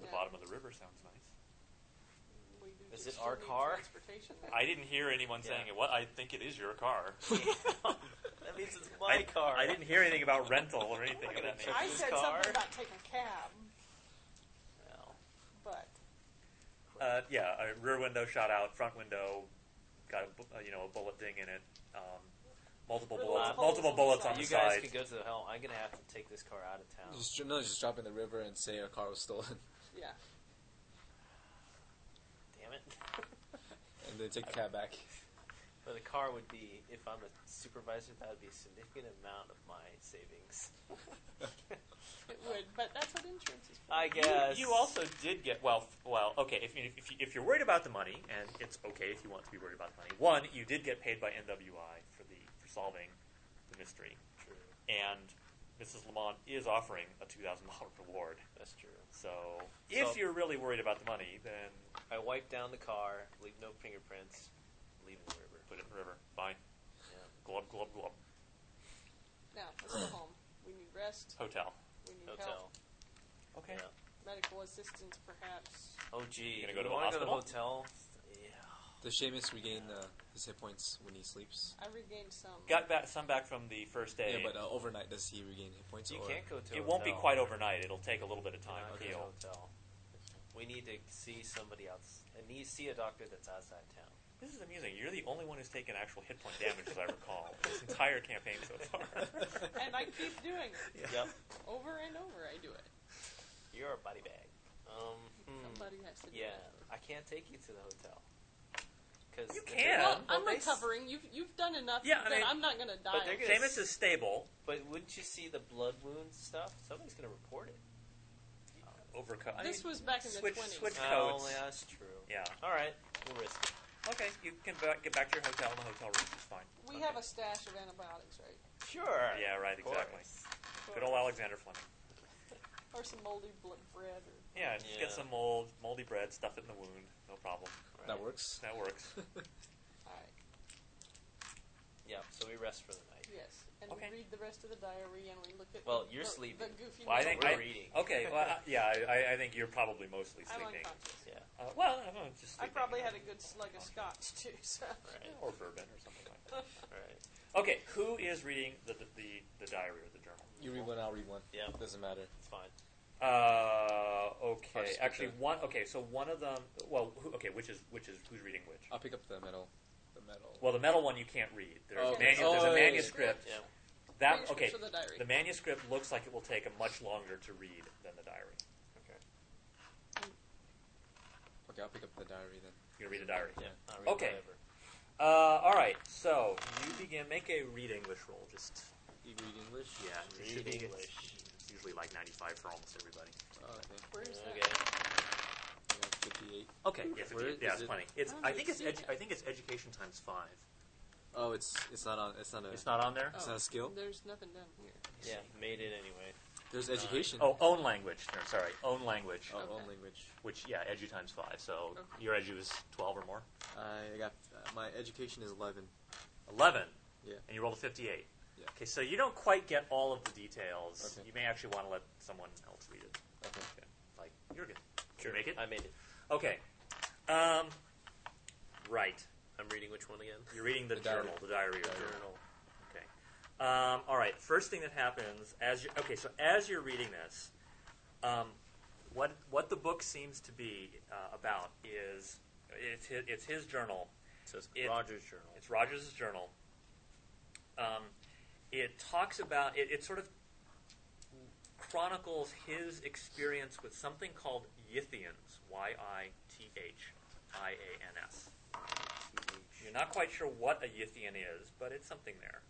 S7: The
S5: Yeah.
S7: bottom of the river sounds nice.
S5: We do
S2: Is
S5: just
S2: it our
S5: need
S2: car?
S5: Transportation then.
S1: I didn't hear anyone
S2: Yeah.
S1: saying it. What I think it is your car.
S2: that means it's my
S1: I,
S2: car.
S1: I didn't hear anything about rental or anything
S2: I'm
S1: of
S2: gonna
S1: that nature.
S2: check.
S3: I
S2: This
S3: said
S2: car.
S3: something about take a cab,
S2: Well,
S3: but
S1: Uh, yeah, a rear window shot out, front window got a, bu- uh, you know a bullet ding in it. Um, multiple
S3: Little
S1: bullets,
S2: holes
S1: multiple
S3: on the
S1: bullets
S3: side.
S1: on the
S2: you guys
S1: side.
S2: could go to the home. I'm gonna have to take this car out of town.
S4: Just dr- no, just drop in the river and say our car was stolen,
S5: Yeah.
S2: Damn it.
S4: and then take a cab back.
S2: But the car would be, if I'm a supervisor, that would be a significant amount of my savings.
S5: It would, but that's what insurance is for.
S2: I guess.
S1: You also did get well. f- Well, okay. If, you- if, you- if you're worried about the money, and it's okay if you want to be worried about the money. One, you did get paid by NWI for the for solving the mystery,
S2: True.
S1: and Mrs. Lamont is offering a two thousand dollar reward.
S2: That's true.
S1: So, if
S2: So-
S1: you're really worried about the money, then
S2: I wipe down the car, leave no fingerprints, leave in the river.
S1: put it in the river. Bye.
S2: Yeah.
S1: Glub glub glub.
S5: Now, let's go home. We need rest.
S1: Hotel.
S5: We need
S2: Hotel.
S5: help.
S1: Okay.
S2: Yeah.
S5: Medical assistance, perhaps.
S2: Oh, gee.
S1: You gonna go
S2: You
S1: to a
S2: wanna
S1: hospital?
S2: hotel? Yeah.
S4: Does Seamus regain uh, his hit points when he sleeps?
S5: I regained some.
S1: Got back some back from the first day.
S4: Yeah, but uh, overnight does he regain hit points?
S2: You
S4: or
S2: can't go to. a
S1: it won't be
S2: hotel.
S1: quite overnight. It'll take a little bit of time
S2: Not
S1: to
S2: in a
S1: heal.
S2: hotel. We need to see somebody else. And you see a doctor that's outside town.
S1: This is amusing. You're the only one who's taken actual hit point damage, as I recall, this entire campaign so far.
S5: And I keep doing it.
S2: Yep.
S5: Over and over, I do it.
S2: You're a body bag. Um, hmm.
S5: Somebody has to do
S2: Yeah,
S5: it.
S2: I can't take you to the hotel. Cause
S1: You
S2: the-
S1: can.
S5: Well,
S1: Well,
S5: I'm
S2: they s-
S5: recovering. You've you've done enough
S1: Yeah, I
S5: that
S1: mean-
S5: I'm not gonna die.
S2: they're gonna-
S1: Seamus is stable.
S2: But wouldn't you see the blood wound stuff? Somebody's going to report it.
S1: Overco- I
S5: this
S1: mean,
S5: was back in the
S1: switch-
S5: 20s.
S1: switch-
S2: Oh,
S1: Codes.
S2: yeah, that's true.
S1: yeah.
S2: All right, we'll risk it.
S1: Okay, you can ba- get back to your hotel in the hotel room. It's fine.
S5: We
S1: Okay.
S5: have a stash of antibiotics, right?
S2: Sure.
S1: Yeah, right,
S2: Of course.
S1: exactly. Good old Alexander Fleming.
S5: Or some moldy bl- bread. Or,
S1: Yeah, just
S2: Yeah.
S1: get some mold, moldy bread, stuff it in the wound. No problem.
S2: Right.
S4: That works.
S1: That works.
S5: all right.
S2: Yeah, so we rest for the night.
S5: Yes. And
S1: Okay.
S5: we read the rest of the diary, and we look at.
S2: Well,
S5: the,
S2: you're
S5: the,
S2: sleeping.
S5: The goofy.
S1: Well, I
S5: note.
S1: think
S2: We're
S1: I-
S2: reading.
S1: Okay, well, I- yeah, I, I think you're probably mostly
S5: I'm
S1: sleeping.
S5: unconscious.
S2: Yeah,
S1: Uh, well, I don't know, just
S5: I
S1: sleeping.
S5: probably had a good slug of scotch too. So.
S2: right,
S1: Or bourbon or something like that.
S2: right.
S1: Okay, who is reading the, the, the, the diary or the journal?
S4: You read one, I'll read one.
S2: Yeah.
S4: It doesn't matter.
S2: It's fine.
S1: Uh,
S4: I'll
S1: okay.
S4: just pick
S1: Actually,
S4: the-
S1: one. Okay, so one of them. Well, who, okay, which is which is who's reading which?
S4: I'll pick up the metal. The metal.
S1: Well, the metal one you can't read. There's,
S4: Oh,
S1: a,
S4: okay.
S1: manu-
S4: Oh,
S1: there's a
S4: yeah, yeah, yeah.
S1: manuscript.
S2: Yeah.
S1: That okay.
S5: Manuscripts of the diary.
S1: The manuscript looks like it will take a much longer to read than the diary.
S2: Okay.
S4: okay, I'll pick up the diary then.
S1: You gonna read a
S7: Mm-hmm.
S1: diary?
S2: Yeah. I'll read
S1: Okay.
S2: Whatever.
S1: Uh, all right. So you begin. Make a read English roll. Just
S4: You read English?
S7: Yeah, it should
S2: Read
S7: be-
S2: English.
S7: It's usually like 95 for almost everybody.
S4: Oh, okay.
S5: Where's
S2: Okay.
S5: that?
S4: I got 58.
S7: Okay, yes,
S4: Where
S7: it, yeah,
S4: is
S7: it's
S4: it?
S7: funny. It's
S5: Oh, I don't
S7: I think it's
S5: see
S7: edu-
S5: it.
S7: I think it's education times five.
S4: Oh, it's it's not on. It's not a.
S7: It's not on there.
S5: Oh.
S4: It's not a skill.
S5: There's nothing down here.
S2: Yeah, made it anyway.
S4: There's education.
S7: Oh, own language. No, sorry, own language.
S4: Oh,
S5: Okay.
S4: own language.
S7: Which yeah, edu times five. So
S5: Okay.
S7: your edu is 12 or more.
S4: I got uh, my education is 11.
S7: 11.
S4: Yeah.
S7: And you rolled a 58.
S4: Yeah.
S7: Okay, so you don't quite get all of the details.
S4: Okay.
S7: You may actually want to let someone else read it.
S4: Okay.
S7: Like Jurgen. Sure. You make it?
S2: I made it.
S7: Okay. Um, right.
S2: I'm reading which one again?
S7: You're reading the,
S4: The diary.
S7: journal, the diary or
S4: Diary.
S7: journal. Okay.
S1: Um, all right. First thing that happens as you okay, so as you're reading this, um, what what the book seems to be uh, about is it's his, it's his journal.
S2: So it's
S1: It-
S2: Roger's journal.
S1: It's Rogers' journal. Um, it talks about it, it sort of chronicles his experience with something called Yithians. Y i t h i a n s. You're not quite sure what a Yithian is, but it's something there.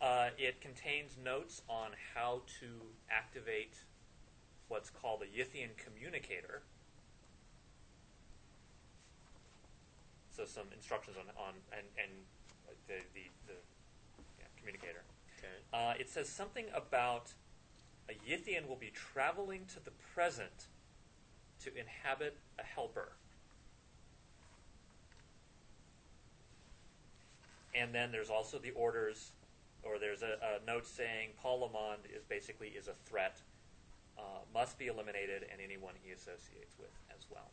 S1: Uh, it contains notes on how to activate what's called a Yithian communicator. So some instructions on, on and, and the, the, the yeah, communicator.
S2: Okay.
S1: Uh, it says something about a Yithian will be traveling to the present to inhabit a helper. And then there's also the orders, or there's a, a note saying Paul Lamond is basically is a threat, uh, must be eliminated, and anyone he associates with as well.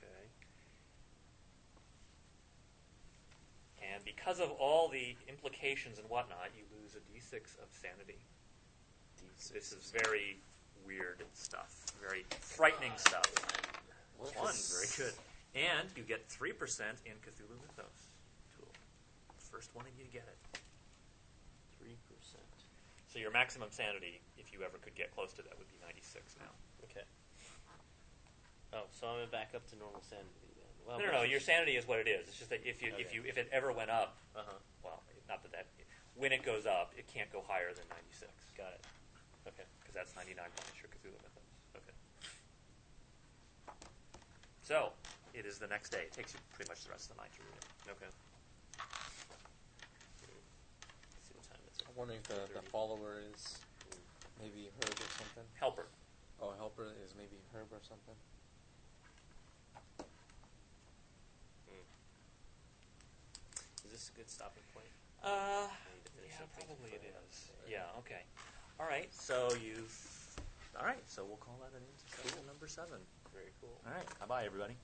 S2: Okay.
S1: And because of all the implications and whatnot, you lose a d6 of sanity. This is very weird stuff, very frightening stuff. One, very good. And you get 3% in Cthulhu Mythos tool. First one of you to get it.
S2: Three percent.
S1: So your maximum sanity, if you ever could get close to that, would be 96 now.
S2: Okay. Oh, so I'm back up to normal sanity then. Well,
S1: no, no, no, your sanity is what it is. It's just that if you, if
S2: Okay.
S1: you, if it ever went up,
S2: Uh huh.
S1: well, not that that, when it goes up, it can't go higher than 96.
S2: Got it. Okay.
S1: because that's 99 points your Cthulhu Mythos. Okay. So, it is the next day. It takes you pretty much the rest of the night to read it.
S2: Okay. Let's see what time it's
S4: I'm wondering if the, the follower is maybe Herb or something.
S1: Helper.
S4: Oh, helper is maybe Herb or something.
S2: Is this a good stopping point?
S1: Uh,
S2: I need to finish
S1: yeah,
S2: up things
S1: probably it
S2: before I have
S1: is.
S2: to-
S1: Yeah, okay. All right, so you've. All right, so we'll call that an intersession number seven.
S2: Very cool.
S1: All right, bye bye, everybody.